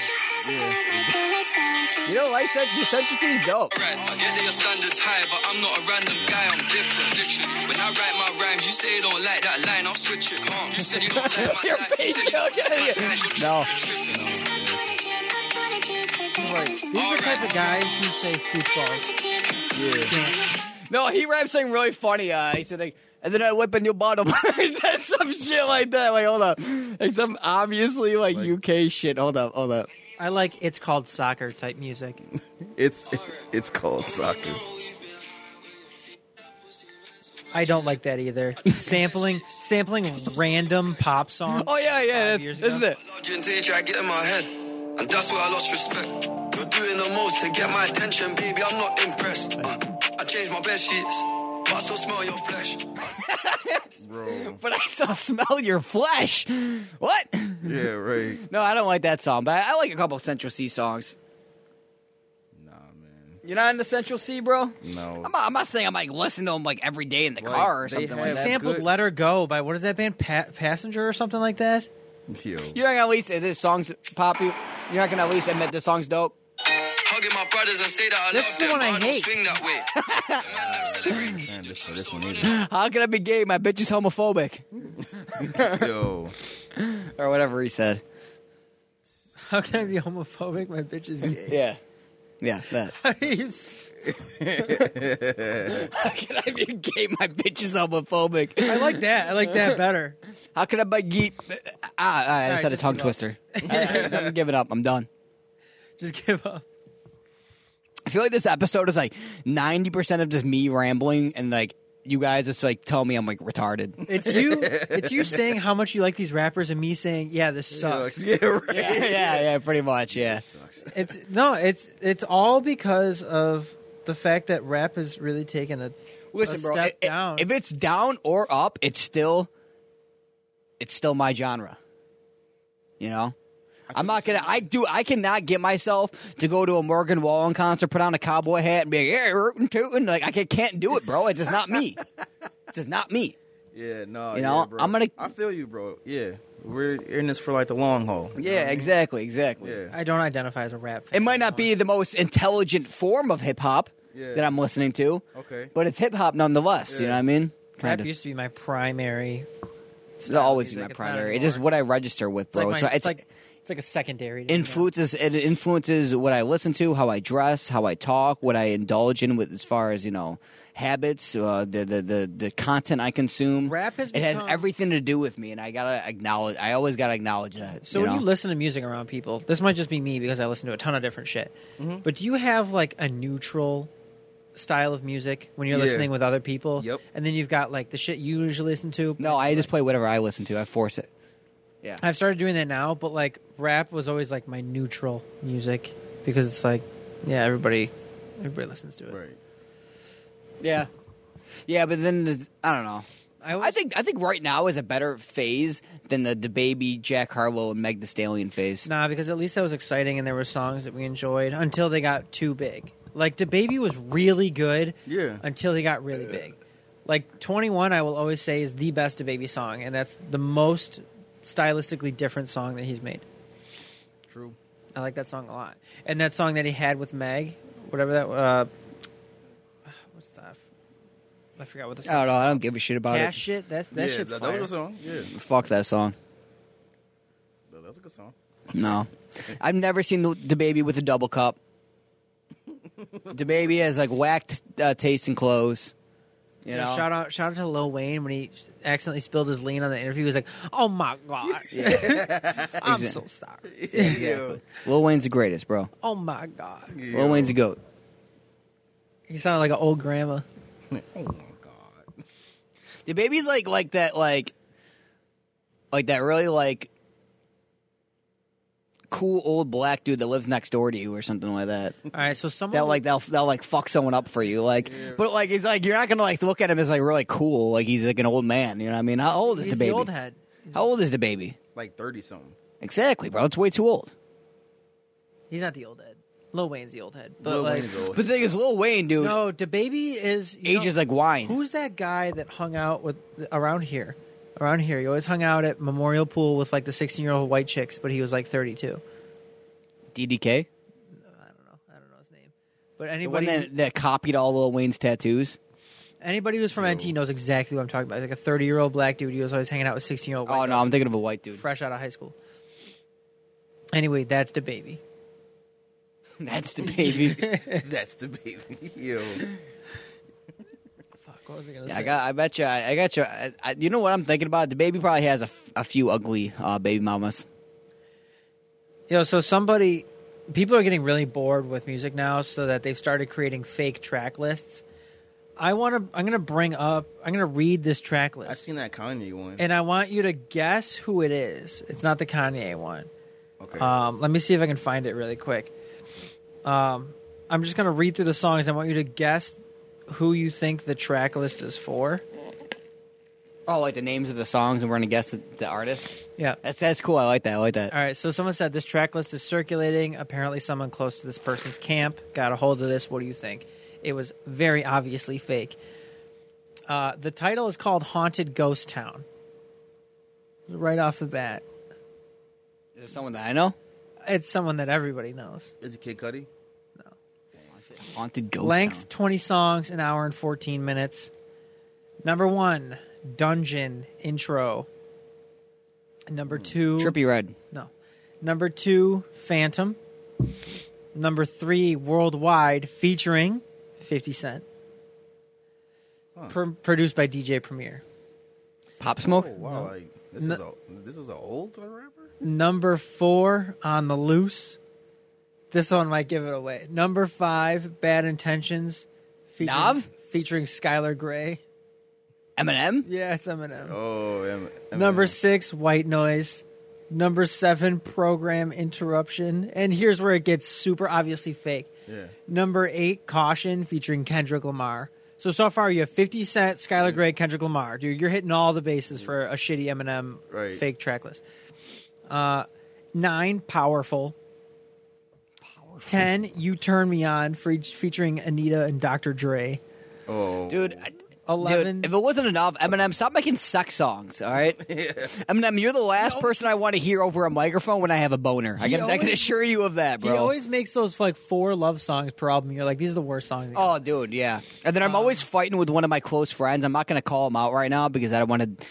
Speaker 2: You don't like Central Central C is dope.
Speaker 5: Yeah, they are standards high, but I'm not a random guy, I'm different. When I write my rhymes, you say you don't like that line, I'll switch it. Huh? You said you don't like my
Speaker 2: <laughs> Your
Speaker 5: line, you
Speaker 2: face,
Speaker 5: said you
Speaker 2: yo,
Speaker 5: don't like
Speaker 2: yeah,
Speaker 5: my guys, you're
Speaker 2: No.
Speaker 5: tripping.
Speaker 3: These are the type of guys who say football.
Speaker 2: No, he raps something really funny. Uh, he said like, and then I whip in your <laughs> bottom. he said some shit like that. Like, hold up, like some obviously like, UK shit. Hold up, hold up.
Speaker 3: I like it's called soccer type music.
Speaker 4: It's it's called soccer.
Speaker 3: I don't like that either. sampling sampling random pop songs.
Speaker 2: Oh yeah, yeah,
Speaker 3: Five
Speaker 2: that's,
Speaker 3: years
Speaker 2: isn't
Speaker 3: ago?
Speaker 2: it?
Speaker 5: Lodging teacher, I get in my head, and that's where I lost respect. Your doing the most to get my attention, baby. I'm not impressed. Uh, I changed my bed sheets, but I still smell your flesh.
Speaker 4: bro.
Speaker 2: But I still <laughs> smell your flesh. What?
Speaker 4: Yeah, right.
Speaker 2: No, I don't like that song, but I like a couple Central C songs.
Speaker 4: Nah, man.
Speaker 2: You're not into Central C, bro?
Speaker 4: No.
Speaker 2: I'm not, I'm not saying I'm like listening to them like every day in the
Speaker 4: Like,
Speaker 2: car or
Speaker 4: they
Speaker 2: something like
Speaker 4: have-
Speaker 2: that.
Speaker 3: Sampled
Speaker 4: good.
Speaker 3: "Let Her Go" by what is that band? Pa- Passenger or something like that.
Speaker 2: <laughs>
Speaker 4: Yo.
Speaker 2: You're not gonna at least uh, this song's poppy. You're not gonna at least admit this song's dope.
Speaker 5: Hugging my brothers and say that I
Speaker 3: This is
Speaker 5: love
Speaker 3: the
Speaker 5: them,
Speaker 3: one
Speaker 5: but
Speaker 3: I hate.
Speaker 5: I don't
Speaker 3: <laughs>
Speaker 5: swing that way. The man them celebrate me,
Speaker 4: Man,
Speaker 5: the
Speaker 4: this,
Speaker 5: trap's
Speaker 4: this
Speaker 5: still
Speaker 4: one
Speaker 5: running.
Speaker 4: either.
Speaker 2: How can I be gay? My bitch is homophobic,
Speaker 4: Yo.
Speaker 2: or whatever he said.
Speaker 3: How can I be homophobic? My bitch is gay. <laughs>
Speaker 2: Yeah, yeah. That.
Speaker 3: I
Speaker 2: <laughs> How can I be gay? My bitch is homophobic.
Speaker 3: like that. I like that better.
Speaker 2: How can I be gay? Ah, all right, I
Speaker 3: All right,
Speaker 2: just had a
Speaker 3: just
Speaker 2: tongue
Speaker 3: give up.
Speaker 2: <laughs> twister. All right, I'm giving up. I'm done.
Speaker 3: Just give up.
Speaker 2: I feel like this episode is like 90 percent of just me rambling and like you guys just like tell me I'm like retarded.
Speaker 3: It's you. It's you saying how much you like these rappers, and me saying, "Yeah, this sucks."
Speaker 4: Yeah, right.
Speaker 2: <laughs> yeah, yeah, yeah. Pretty much. Yeah.
Speaker 4: Sucks.
Speaker 3: It's no. It's it's all because of the fact that rap has really taken a
Speaker 2: Listen, bro.
Speaker 3: step
Speaker 2: i- i-
Speaker 3: down.
Speaker 2: If it's down or up, it's still it's still my genre. You know? I'm not gonna. I do. I cannot get myself to go to a Morgan Wallen concert, put on a cowboy hat, and be like, "Yeah, rootin' tootin'." Like I ca- can't do it, bro. It's just not
Speaker 4: <laughs>
Speaker 2: me. it's just not me.
Speaker 4: Yeah, no.
Speaker 2: You know,
Speaker 4: yeah, bro.
Speaker 2: I'm gonna-
Speaker 4: I feel you, bro. Yeah, we're in this for like the long haul. you know
Speaker 2: Yeah,
Speaker 4: what I mean?
Speaker 2: exactly, exactly.
Speaker 4: Yeah,
Speaker 3: I don't identify as a rap. Fan
Speaker 2: It might not be the most intelligent form of hip hop
Speaker 4: Yeah.
Speaker 2: that I'm listening to,
Speaker 4: okay.
Speaker 2: but it's hip hop nonetheless. You
Speaker 4: Yeah.
Speaker 2: know what I mean?
Speaker 3: Rap
Speaker 2: Kind of.
Speaker 3: used to be my primary.
Speaker 2: It'll always be
Speaker 3: music.
Speaker 2: my
Speaker 3: It's not
Speaker 2: primary. It's
Speaker 3: anymore.
Speaker 2: just what I register with,
Speaker 3: It's like
Speaker 2: bro.
Speaker 3: my-
Speaker 2: so
Speaker 3: it's like it's like a secondary to me now.
Speaker 2: influences it influences what I listen to, how I dress, how I talk, what I indulge in with as far as you know habits, uh, the, the the the content I consume.
Speaker 3: Rap has
Speaker 2: it has
Speaker 3: become-
Speaker 2: everything to do with me, and I gotta acknowledge. I always gotta acknowledge that.
Speaker 3: So
Speaker 2: you
Speaker 3: when
Speaker 2: know?
Speaker 3: you listen to music around people, this might just be me because I listen to a ton of different shit.
Speaker 2: Mm-hmm.
Speaker 3: But do you have like a neutral style of music when you're
Speaker 4: Yeah.
Speaker 3: listening with other people?
Speaker 4: Yep.
Speaker 3: And then you've got like the shit you usually listen to.
Speaker 2: no, I just play whatever I listen to. I force it. Yeah,
Speaker 3: I've started doing that now, but like rap was always like my neutral music because it's like, yeah, everybody, everybody listens to it.
Speaker 4: Right.
Speaker 2: yeah, yeah. But then the, I don't know.
Speaker 3: I, always,
Speaker 2: I think I think right now is a better phase than the the baby Jack Harlow and Meg The Stallion phase.
Speaker 3: nah because at least that was exciting and there were songs that we enjoyed until they got too big. Like the baby was really good,
Speaker 4: Yeah.
Speaker 3: until he got really big. Like 21, I will always say is the best DaBaby song, and that's the most stylistically different song that he's made.
Speaker 4: True.
Speaker 3: I like that song a lot, and that song that he had with Meg, whatever that. Uh, what's that? I forgot what the
Speaker 2: I
Speaker 3: song.
Speaker 2: don't know. I don't give a shit about
Speaker 3: Cash shit. That's Uh, that
Speaker 4: yeah,
Speaker 3: shit's
Speaker 4: that, that
Speaker 3: fire.
Speaker 4: was a song. Yeah,
Speaker 2: it. Fuck that song.
Speaker 4: that, that was a good song. <laughs>
Speaker 2: No, I've never seen the, the baby with a double cup. The baby has like whacked uh, taste in clothes. You
Speaker 3: Yeah,
Speaker 2: know,
Speaker 3: shout out, shout out to Lil Wayne when he accidentally spilled his lean on the interview. He was like, "Oh my <laughs> god, I'm
Speaker 2: Exa-
Speaker 3: so sorry.
Speaker 4: Yo.
Speaker 2: Lil Wayne's the greatest, bro.
Speaker 3: Oh my god."
Speaker 4: Yo.
Speaker 2: Lil Wayne's the goat.
Speaker 3: He sounded like an old grandma.
Speaker 4: Oh my god.
Speaker 2: The baby's like like that like like that really like cool old black dude that lives next door to you or something like that.
Speaker 3: All right, so someone
Speaker 2: That like they'll they'll like fuck someone up for you. Like, but like he's like you're not gonna like look at him as like really cool. Like he's like an old man. You know what I mean? How old is
Speaker 3: he's
Speaker 2: the baby?
Speaker 3: old head.
Speaker 2: How old is the baby?
Speaker 4: Like thirty something.
Speaker 2: Exactly, bro. It's way too old.
Speaker 3: He's not the old head. Lil Wayne's the old head. But
Speaker 4: Lil
Speaker 3: like,
Speaker 4: Wayne is old.
Speaker 2: But the thing is, Lil Wayne, dude,
Speaker 3: no, the baby is you
Speaker 2: ages
Speaker 3: know-
Speaker 2: like wine.
Speaker 3: Who's that guy that hung out with around here? Around here, he always hung out at Memorial Pool with like the sixteen-year-old white chicks, but he was like thirty-two.
Speaker 2: DDK,
Speaker 3: I don't know. I don't know his name. But
Speaker 2: the one
Speaker 3: anybody,
Speaker 2: that, that copied all Lil Wayne's tattoos.
Speaker 3: anybody who's from NT knows exactly what I'm talking about. He's like a thirty-year-old black dude. He was always hanging out with sixteen-year-old.
Speaker 2: Oh no, I'm thinking of a white dude.
Speaker 3: fresh out of high school. Anyway, that's the baby.
Speaker 2: That's the
Speaker 3: <laughs>
Speaker 2: baby.
Speaker 4: <laughs> That's the baby. <laughs> Yo.
Speaker 3: Fuck, what was I gonna
Speaker 2: Yeah,
Speaker 3: say?
Speaker 2: I got. I bet you. I, I got you. I, I, you know what I'm thinking about? The baby probably has a, f- a few ugly uh, baby mamas.
Speaker 3: Yo, so somebody, people are getting really bored with music now, so that they've started creating fake track lists. I want to. I'm going to bring up. I'm going to read this track
Speaker 4: I
Speaker 3: list,
Speaker 4: seen that Kanye one.
Speaker 3: and I want you to guess who it is. It's not the Kanye one.
Speaker 4: okay.
Speaker 3: uh, Um, let me see if I can find it really quick. Um, I'm just gonna read through the songs. I want you to guess who you think the track list is for.
Speaker 2: Oh, like the names of the songs, and we're gonna guess the, the artist.
Speaker 3: Yeah.
Speaker 2: That's that's cool. I like that. I like that.
Speaker 3: All right. So someone said this track list is circulating. Apparently, someone close to this person's camp got a hold of this. What do you think? It was very obviously fake. Uh, the title is called "Haunted Ghost Town." Right off the bat,
Speaker 2: Is it someone that I know?
Speaker 3: it's someone that everybody knows.
Speaker 4: Is it Kid Cudi?
Speaker 2: Haunted Ghost.
Speaker 3: Length
Speaker 2: Town.
Speaker 3: 20 songs, an hour and 14 minutes. Number one, Dungeon intro. Number two,
Speaker 2: Trippy Red.
Speaker 3: no. Number two, Phantom. Number three, Worldwide featuring 50 Cent. Pro- produced by DJ Premier.
Speaker 2: Pop Smoke.
Speaker 4: Oh wow! Like this
Speaker 3: No.
Speaker 4: is a this is an old rapper.
Speaker 3: Number four, On the Loose. This one might give it away. Number five, Bad Intentions. Featuring,
Speaker 2: Nav?
Speaker 3: featuring Skylar Gray.
Speaker 2: Eminem.
Speaker 3: Yeah, it's Eminem.
Speaker 4: Oh, M- Eminem.
Speaker 3: Number six, white noise. Number seven, program interruption. And here's where it gets super obviously fake.
Speaker 4: Yeah.
Speaker 3: Number eight, caution featuring Kendrick Lamar. So so far you have 50 Cent, Skylar Gray, Kendrick Lamar. Dude, you're hitting all the bases for a shitty Eminem
Speaker 4: Right.
Speaker 3: fake track list. Uh, nine, powerful. Ten, you turn me on, fe- featuring Anita and Dr. Dre.
Speaker 4: Oh,
Speaker 2: Dude, I,
Speaker 3: Eleven.
Speaker 2: dude, if it wasn't enough, Eminem, stop making sex songs. All right. Eminem, you're the last person I want to hear over a microphone when I have a boner. I
Speaker 3: He
Speaker 2: can, I can
Speaker 3: always-
Speaker 2: assure you of that,
Speaker 3: he
Speaker 2: bro.
Speaker 3: always makes those like four love songs per album. You're like, these are the worst songs. in the
Speaker 2: Oh, dude, yeah. And then I'm
Speaker 3: Uh.
Speaker 2: always fighting with one of my close friends. I'm not going to call them out right now because I don't want to,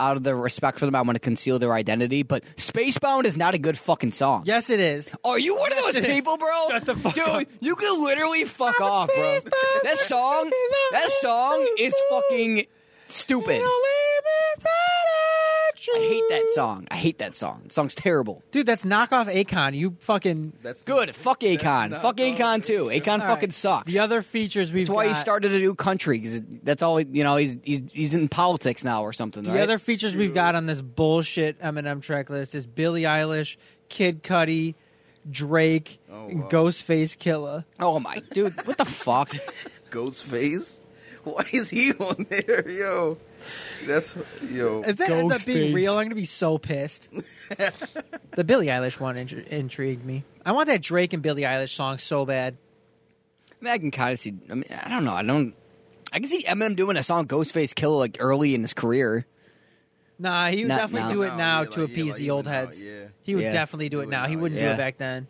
Speaker 2: out of the respect for them, I want to conceal their identity. But Spacebound is not a good fucking song.
Speaker 3: Yes, it is.
Speaker 2: Are you one of those
Speaker 3: <laughs> Yes, it is.
Speaker 2: people, bro?
Speaker 3: Shut the fuck
Speaker 2: dude,
Speaker 3: up.
Speaker 2: you can literally fuck off, bro. That song, that song is fucking stupid. I hate that song. I hate that song. The song's terrible.
Speaker 3: Dude, that's knockoff Akon. You fucking.
Speaker 4: that's
Speaker 2: Good. Fuck Akon.
Speaker 4: not
Speaker 2: Fuck
Speaker 4: wrong.
Speaker 2: Akon too. Akon
Speaker 3: All
Speaker 2: fucking
Speaker 3: right.
Speaker 2: sucks.
Speaker 3: The other features we've
Speaker 2: That's why
Speaker 3: got.
Speaker 2: he started a new country because that's all he- you know. He's he's he's in politics now or something.
Speaker 3: The
Speaker 2: right?
Speaker 3: other features we've got on this bullshit Eminem track list is Billie Eilish, Kid Cudi, Drake,
Speaker 4: Oh,
Speaker 3: and
Speaker 4: wow.
Speaker 3: Ghostface Killa.
Speaker 2: oh my dude, what the
Speaker 3: <laughs>
Speaker 2: fuck?
Speaker 4: Ghostface. <laughs> Why is he <laughs> on there, yo? That's yo.
Speaker 3: If that ends up being
Speaker 2: Ghostface.
Speaker 3: real, I'm gonna be so
Speaker 2: <laughs>
Speaker 3: pissed. the Billie Eilish one intri- intrigued me. I want that Drake and Billie Eilish song so bad.
Speaker 2: I, mean, I can kind of see. I mean, I don't know. I don't. I can see Eminem doing a song "Ghostface Killer" like early in his career.
Speaker 3: Nah, he would
Speaker 2: Not
Speaker 3: definitely
Speaker 2: now.
Speaker 3: do it
Speaker 4: Now,
Speaker 3: now
Speaker 4: yeah,
Speaker 3: to
Speaker 4: like- yeah,
Speaker 3: appease
Speaker 4: like
Speaker 3: the
Speaker 4: even
Speaker 3: old
Speaker 4: now,
Speaker 3: heads.
Speaker 4: yeah.
Speaker 3: He would
Speaker 2: Yeah.
Speaker 3: definitely do it now. He wouldn't do
Speaker 2: yeah.
Speaker 3: it back then.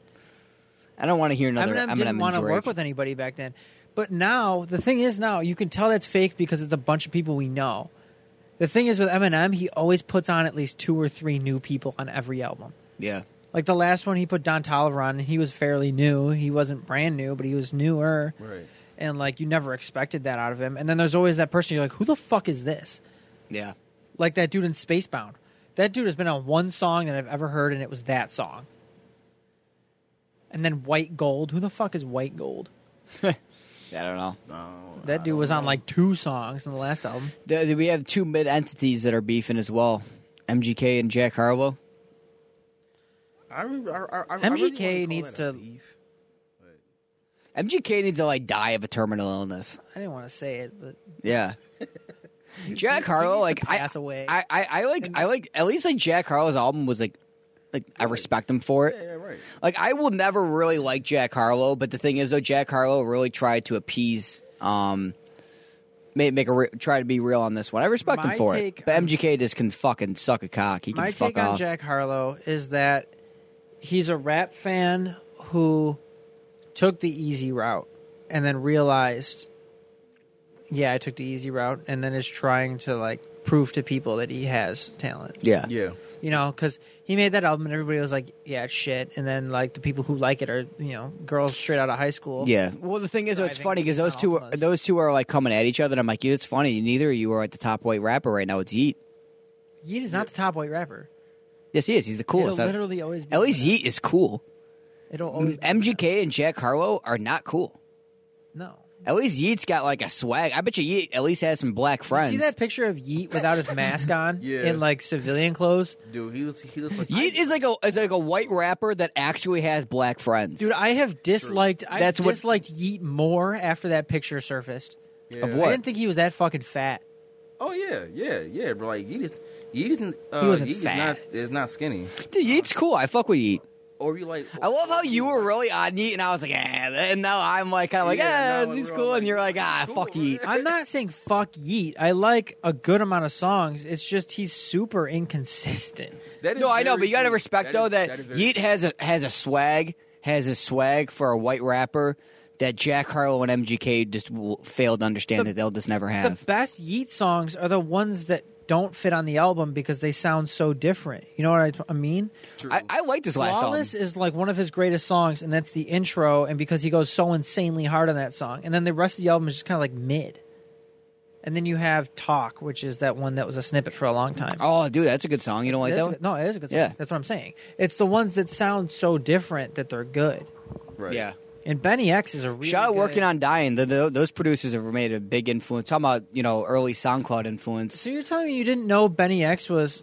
Speaker 2: I don't want to hear another
Speaker 3: Eminem,
Speaker 2: Eminem,
Speaker 3: didn't want to
Speaker 2: and Drake.
Speaker 3: work with anybody back then. But now, the thing is, now you can tell that's fake because it's a bunch of people we know. The thing is with Eminem, he always puts on at least two or three new people on every album.
Speaker 2: yeah,
Speaker 3: Like the last one, he put Don Tolliver on, and he was fairly new. He wasn't brand new, but he was newer,
Speaker 4: Right.
Speaker 3: and like you never expected that out of him. And then there's always that person you're like, who the fuck is this?
Speaker 2: yeah.
Speaker 3: Like that dude in Spacebound. That dude has been on one song that I've ever heard, and it was that song. And then White Gold. Who the fuck is White Gold?
Speaker 2: I don't know.
Speaker 4: No,
Speaker 3: That
Speaker 4: I
Speaker 3: dude
Speaker 4: don't
Speaker 3: was on
Speaker 4: know.
Speaker 3: like two songs in the last album.
Speaker 2: There- there- we have two mid entities that are beefing as well, MGK and Jack Harlow.
Speaker 4: I, re- I, I, I,
Speaker 3: MGK
Speaker 4: I really wanna call
Speaker 3: needs
Speaker 4: that a
Speaker 3: to-
Speaker 4: beef.
Speaker 2: MGK needs to like die of a terminal illness.
Speaker 3: I didn't want to say it, but
Speaker 2: <laughs> Yeah. Jack Harlow, like I,
Speaker 3: pass away.
Speaker 2: I, I, I like, I like at least like Jack Harlow's album was like, like I respect him for
Speaker 4: Yeah,
Speaker 2: it.
Speaker 4: yeah, right.
Speaker 2: Like I will never really like Jack Harlow, but the thing is though, Jack Harlow really tried to appease, um, make make a re- try to be real on this one. I respect
Speaker 3: My
Speaker 2: him for
Speaker 3: take
Speaker 2: it, but
Speaker 3: on-
Speaker 2: MGK just can fucking suck a cock. He can
Speaker 3: my
Speaker 2: fuck
Speaker 3: take on
Speaker 2: off.
Speaker 3: Jack Harlow is that he's a rap fan who took the easy route and then realized, yeah, I took the easy route, and then is trying to like prove to people that he has talent.
Speaker 2: yeah,
Speaker 4: Yeah,
Speaker 3: you know, because he made that album and everybody was like, yeah, it's shit, and then like the people who like it are you know girls straight out of high school.
Speaker 2: Yeah. Well, the thing is, though, it's
Speaker 3: Driving
Speaker 2: funny because those
Speaker 3: an
Speaker 2: two, are,
Speaker 3: Optimus.
Speaker 2: those two are like coming at each other, and I'm like, yeah, it's funny. Neither of you are at the top white rapper right now. It's Yeet.
Speaker 3: Yeet is not the top white rapper.
Speaker 2: Yes, he is. He's the coolest.
Speaker 3: It'll
Speaker 2: I-
Speaker 3: literally always be
Speaker 2: At least
Speaker 3: Eminem.
Speaker 2: Yeet is cool.
Speaker 3: It'll always be
Speaker 2: MGK and Jack Harlow are not cool.
Speaker 3: No.
Speaker 2: At least Yeats got like a swag. I bet you Yeat at least has some black friends.
Speaker 3: See that picture of Yeet without his
Speaker 2: <laughs>
Speaker 3: mask on
Speaker 4: Yeah.
Speaker 3: in like civilian clothes?
Speaker 4: Dude, he was he was like
Speaker 2: Yeet is like a is like a white rapper that actually has black friends.
Speaker 3: Dude, I have disliked I
Speaker 2: That's what-
Speaker 3: disliked Yeet more after that picture surfaced.
Speaker 4: yeah.
Speaker 2: of
Speaker 3: I
Speaker 2: What?
Speaker 3: didn't think he was that fucking fat.
Speaker 4: Oh yeah, yeah, yeah, bro. Like Yeet is Yeet isn't uh,
Speaker 3: He wasn't
Speaker 4: Yeet is
Speaker 3: fat.
Speaker 4: not is not skinny.
Speaker 2: Dude, Yeet's cool. I fuck with Yeet.
Speaker 4: Or you like
Speaker 2: I love how you were really on Yeet, and I was like, eh. And now I'm like, kind of like,
Speaker 4: Yeah,
Speaker 2: eh,
Speaker 4: now
Speaker 2: he's
Speaker 4: we're
Speaker 2: cool,
Speaker 4: all
Speaker 2: and you're like,
Speaker 4: like,
Speaker 2: ah,
Speaker 4: cool,
Speaker 2: fuck
Speaker 4: <laughs>
Speaker 2: Yeet.
Speaker 3: I'm not saying fuck Yeet. I like a good amount of songs. It's just he's super inconsistent.
Speaker 4: That is
Speaker 2: No, I know,
Speaker 4: very
Speaker 2: but you gotta
Speaker 4: true.
Speaker 2: respect
Speaker 4: That
Speaker 2: though
Speaker 4: is-
Speaker 2: that,
Speaker 4: is very
Speaker 2: Yeet
Speaker 4: true.
Speaker 2: has a has a swag, has a swag for a white rapper that Jack Harlow and MGK just w- failed to understand that they'll just never
Speaker 3: The
Speaker 2: have.
Speaker 3: best Yeet songs are the ones that don't fit on the album because they sound so different. You know what I, I mean?
Speaker 2: I, I like this last album.
Speaker 3: Flawless is like one of his greatest songs, and that's the intro. And because he goes so insanely hard on that song, and then the rest of the album is just kind of like mid. And then you have Talk, which is that one that was a snippet for a long time.
Speaker 2: Oh, dude, that's a good song. You don't like
Speaker 3: It is
Speaker 2: that
Speaker 3: a
Speaker 2: one?
Speaker 3: good- no, it is a good song.
Speaker 2: Yeah.
Speaker 3: That's what I'm saying. It's the ones that sound so different that they're good.
Speaker 4: right.
Speaker 2: Yeah.
Speaker 3: And Benny X is a really
Speaker 2: Shout out
Speaker 3: good-
Speaker 2: working on dying. The, the, those producers have made a big influence. Talking about you know early SoundCloud influence.
Speaker 3: So you're telling me you didn't know Benny X was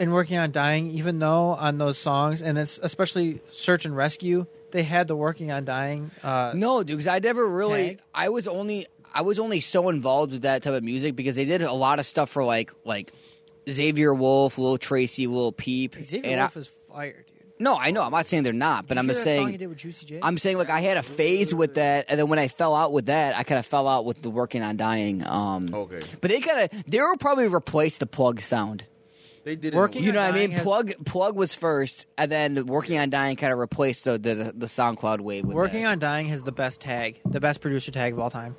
Speaker 3: in working on dying, even though on those songs, and it's especially Search and Rescue, they had the working on dying. Uh,
Speaker 2: No, dude, because I never really.
Speaker 3: Tag?
Speaker 2: I was only I was only so involved with that type of music because they did a lot of stuff for like like Xavier Wolf, Lil Tracy, Lil Peep.
Speaker 3: Xavier
Speaker 2: and I-
Speaker 3: Wolf is fire, dude.
Speaker 2: no, I know. I'm not saying they're not, but
Speaker 3: Did you
Speaker 2: I'm
Speaker 3: hear
Speaker 2: just
Speaker 3: that song he
Speaker 2: saying.
Speaker 3: did with Juicy J?
Speaker 2: I'm saying like I had a phase with that, and then when I fell out with that, I kind of fell out with the working on dying. Um,
Speaker 4: Okay.
Speaker 2: But they kind of they were probably replaced the plug sound.
Speaker 4: They did
Speaker 3: Working-
Speaker 4: It
Speaker 2: You know what I
Speaker 3: Dying
Speaker 2: mean?
Speaker 3: has-
Speaker 2: Plug plug was first, and then working on dying kind of replaced the the, the, the SoundCloud wave. With
Speaker 3: Working on Dying has the best tag, the best producer tag of all time.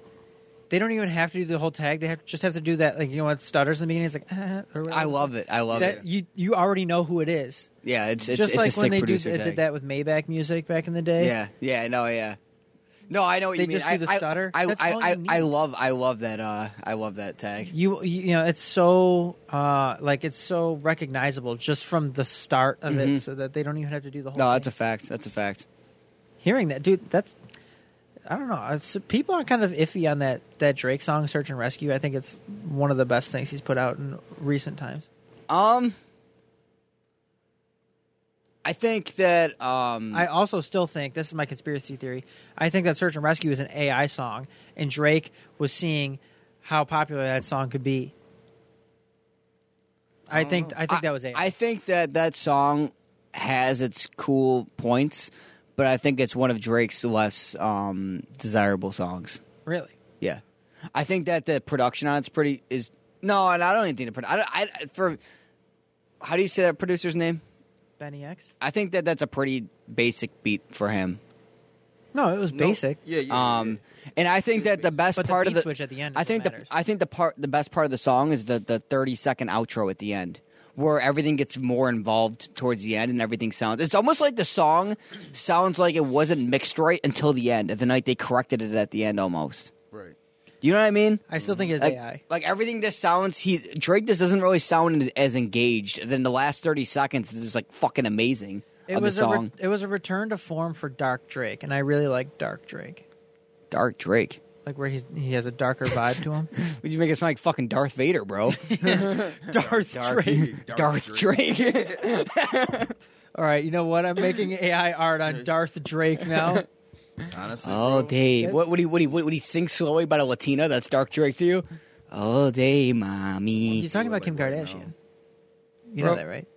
Speaker 3: They don't even have to do the whole tag. They have, just have to do that, like you know what stutters in the beginning. It's like ah, or whatever.
Speaker 2: I love it. I love
Speaker 3: that.
Speaker 2: it.
Speaker 3: You you already know who it is.
Speaker 2: Yeah, it's it's,
Speaker 3: just
Speaker 2: it's
Speaker 3: like
Speaker 2: a sick
Speaker 3: when they do,
Speaker 2: producer
Speaker 3: did
Speaker 2: tag.
Speaker 3: that with Maybach music back in the day.
Speaker 2: Yeah, yeah, no, yeah. No, I know what
Speaker 3: They
Speaker 2: you mean.
Speaker 3: just do
Speaker 2: I-
Speaker 3: the
Speaker 2: I,
Speaker 3: stutter?
Speaker 2: I,
Speaker 3: That's
Speaker 2: I,
Speaker 3: all
Speaker 2: I,
Speaker 3: you
Speaker 2: I
Speaker 3: need.
Speaker 2: love I love that uh I love that tag.
Speaker 3: you you know it's so uh like it's so recognizable just from the start of it so that they don't even have to do the whole
Speaker 2: Mm-hmm. No,
Speaker 3: thing.
Speaker 2: that's a fact. That's a fact. hearing
Speaker 3: hearing that dude that's i don't know it's, people are kind of iffy on that that drake song search and rescue i think it's one of the best things he's put out in recent times
Speaker 2: Um I think that um
Speaker 3: i also still think this is my conspiracy theory i think that search and rescue is an ai song and drake was seeing how popular that song could be i think i think that was ai
Speaker 2: I think that that song has its cool points, but I think it's one of Drake's less um, desirable songs.
Speaker 3: really
Speaker 2: Yeah, I think that the production on it's pretty is no, and I don't even think the pro- I, don't- I for how do you say that producer's name?
Speaker 3: benny x
Speaker 2: I think that that's a pretty basic beat for him.
Speaker 3: no it was basic
Speaker 4: Yeah, yeah.
Speaker 2: Um, and I think that the best
Speaker 3: But the
Speaker 2: part
Speaker 3: beat
Speaker 2: of the
Speaker 3: switch at the end is
Speaker 2: I
Speaker 3: what
Speaker 2: think the
Speaker 3: matters.
Speaker 2: I think the part the best part of the song is the the thirty second outro at the end, where everything gets more involved towards the end and everything sounds. It's almost like the song sounds like it wasn't mixed right until the end. At the night they corrected it at the end, almost.
Speaker 4: yeah. right.
Speaker 2: Do you know what I mean?
Speaker 3: i still think it's
Speaker 2: Like,
Speaker 3: ai
Speaker 2: like everything this sounds he Drake just doesn't really sound as engaged. Then the last thirty seconds is just like fucking amazing
Speaker 3: It
Speaker 2: of
Speaker 3: was
Speaker 2: the
Speaker 3: a re-
Speaker 2: song.
Speaker 3: it was a return to form for Dark Drake, and I really like Dark Drake,
Speaker 2: Dark Drake.
Speaker 3: like where he's he has a darker vibe to <laughs> him.
Speaker 2: Would you make it sound like fucking Darth Vader, <laughs> bro? Darth, Drake. Darth Drake.
Speaker 3: All right, you know what? I'm making AI art on Darth Drake now.
Speaker 4: Honestly.
Speaker 2: oh, Dave. What would he? What he? What would he sing slowly about a Latina? That's Dark Drake to you. Oh, day, mommy.
Speaker 3: <laughs> He's talking about Kim
Speaker 4: Like, right
Speaker 3: Kardashian. You know
Speaker 2: Bro.
Speaker 3: that, right?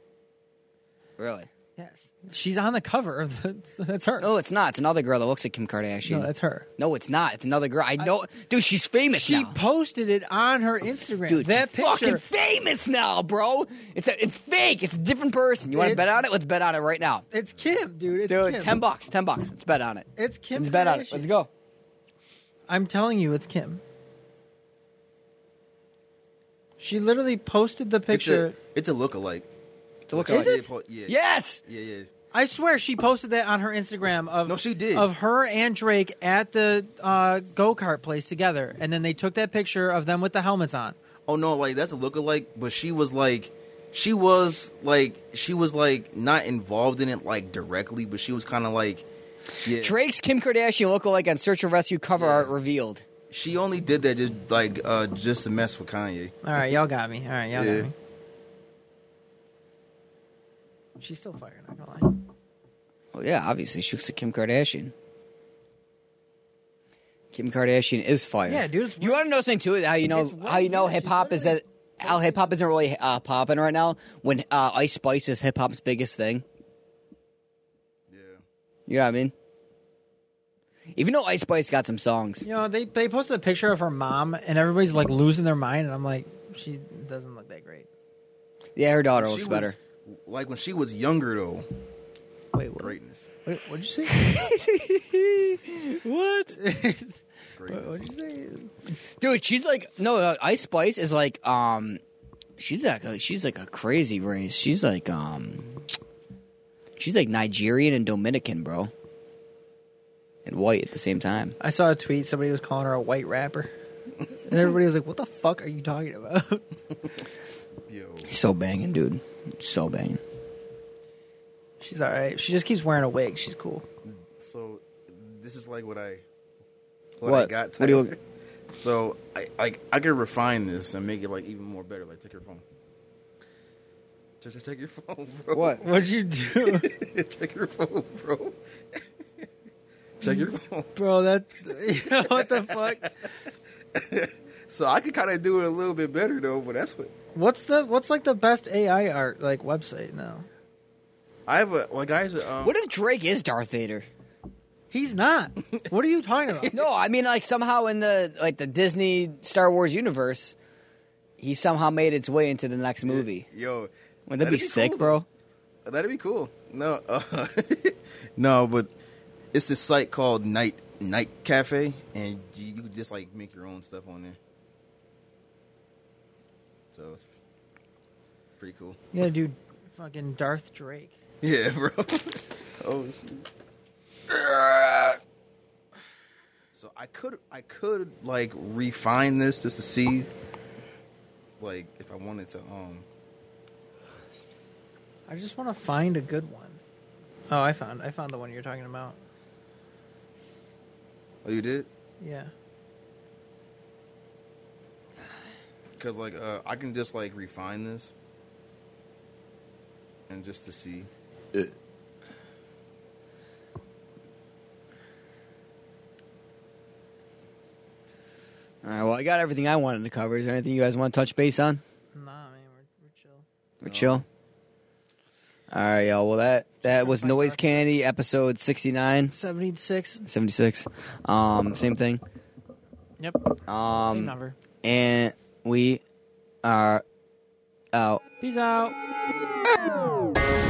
Speaker 2: really?
Speaker 3: Yes, she's on the cover of the. <laughs> That's her.
Speaker 2: No, it's not. It's another girl that looks like Kim Kardashian.
Speaker 3: no, that's her.
Speaker 2: No, it's not. It's another girl. I know, dude. She's famous
Speaker 3: She
Speaker 2: now.
Speaker 3: posted it on her Instagram.
Speaker 2: Dude,
Speaker 3: that
Speaker 2: she's fucking
Speaker 3: picture.
Speaker 2: famous now, bro. It's a, it's fake. It's a different person. You want to
Speaker 3: It's-
Speaker 2: bet on it? Let's bet on it right now.
Speaker 3: it's Kim, dude. It's
Speaker 2: Dude,
Speaker 3: Kim.
Speaker 2: ten bucks. Ten bucks. Let's bet on it.
Speaker 3: It's Kim.
Speaker 2: Let's bet on it.
Speaker 3: Kardashian.
Speaker 2: Let's go.
Speaker 3: I'm telling you, it's Kim. She literally posted the
Speaker 4: It's
Speaker 3: picture.
Speaker 4: a, it's a lookalike.
Speaker 2: To look
Speaker 3: Is
Speaker 2: at
Speaker 3: it?
Speaker 4: Yeah.
Speaker 2: Yes.
Speaker 4: Yeah, yeah.
Speaker 3: I swear she posted that on her Instagram of
Speaker 4: No, she did.
Speaker 3: of her and Drake at the uh, go kart place together, and then they took that picture of them with the helmets on.
Speaker 4: Oh no, like that's a lookalike, but she was like she was like she was like not involved in it like directly, but she was kinda like yeah.
Speaker 2: Drake's Kim Kardashian lookalike on Search and Rescue cover art revealed.
Speaker 4: She only did that just like uh, just to mess with Kanye.
Speaker 3: All right, y'all got me. All right, y'all
Speaker 4: Yeah.
Speaker 3: got me. She's still fire, not gonna lie.
Speaker 2: Well, yeah, obviously she looks like Kim Kardashian. Kim Kardashian is fire.
Speaker 3: Yeah, dude, it's-
Speaker 2: You want to know something too? How you know?
Speaker 3: It's
Speaker 2: How you know
Speaker 3: right, yeah,
Speaker 2: hip hop
Speaker 3: she
Speaker 2: is that? How hip hop isn't really uh, popping right now when uh, Ice Spice is hip hop's biggest thing.
Speaker 4: Yeah.
Speaker 2: You know what I mean? Even though Ice Spice got some songs,
Speaker 3: You know, they they posted a picture of her mom, and everybody's like losing their mind, and I'm like, she doesn't look that great.
Speaker 2: yeah, her daughter
Speaker 4: She
Speaker 2: looks
Speaker 4: was-
Speaker 2: better.
Speaker 4: Like when she was younger though,
Speaker 3: Wait, what?
Speaker 4: greatness.
Speaker 3: What what'd you <laughs> say? what? What-
Speaker 4: Greatness.
Speaker 3: what'd you say?
Speaker 2: Dude, she's like no, no, Ice Spice is like um, she's like a, she's like a crazy race. She's like um, she's like Nigerian and Dominican, bro, and white at the same time.
Speaker 3: I saw a tweet. Somebody was calling her a white rapper, and everybody was like, "What the fuck are you talking about?" <laughs>
Speaker 4: Yo.
Speaker 2: So banging, dude, so banging.
Speaker 3: She's all right. She just keeps wearing a wig. She's cool.
Speaker 4: So this is like what I
Speaker 2: What?
Speaker 4: what, I got.
Speaker 2: What do you-
Speaker 4: Tyler. <laughs> So I like I could refine this and make it like even more better. Like take your phone. Just, just take your <laughs> phone, bro.
Speaker 3: What'd you do,
Speaker 4: <laughs> Check your phone, bro. <laughs> Check your phone.
Speaker 3: <laughs> bro? That <laughs> what the fuck?
Speaker 4: So I could kind of do it a little bit better though, but that's what
Speaker 3: What's the what's like the best AI art like website now?
Speaker 4: I have a like I have a, um,
Speaker 2: What if Drake is Darth Vader?
Speaker 3: He's not. What are <laughs> you talking about?
Speaker 2: No, I mean like somehow in the like the Disney Star Wars universe, he somehow made its way into the next movie.
Speaker 4: yo.
Speaker 2: Wouldn't that be, sick,
Speaker 4: cool,
Speaker 2: bro?
Speaker 4: though. That'd be cool. No, uh, <laughs> no, but it's this site called Night Night Cafe, and you, you could just like make your own stuff on there. So it's pretty cool.
Speaker 3: You gotta do fucking Darth Drake.
Speaker 4: Yeah, <laughs> bro. oh. shoot. So I could I could like refine this just to see like if I wanted to um
Speaker 3: I just want to find a good one. Oh, I found I found the one you're talking about.
Speaker 4: oh you did
Speaker 3: Yeah.
Speaker 4: cuz like uh I can just like refine this and just to see
Speaker 2: All right, well, I got everything I wanted to cover. Is there anything you guys want to touch base on?
Speaker 3: Nah, man, we're, we're chill.
Speaker 2: We're chill. All right, y'all. Well, that that was
Speaker 3: Bye,
Speaker 2: Noise
Speaker 3: Mark.
Speaker 2: Candy episode 69,
Speaker 3: Seventy six.
Speaker 2: 76. Um, same thing.
Speaker 3: Yep. Same
Speaker 2: Um,
Speaker 3: number.
Speaker 2: and we are out.
Speaker 3: Peace out.
Speaker 5: Thank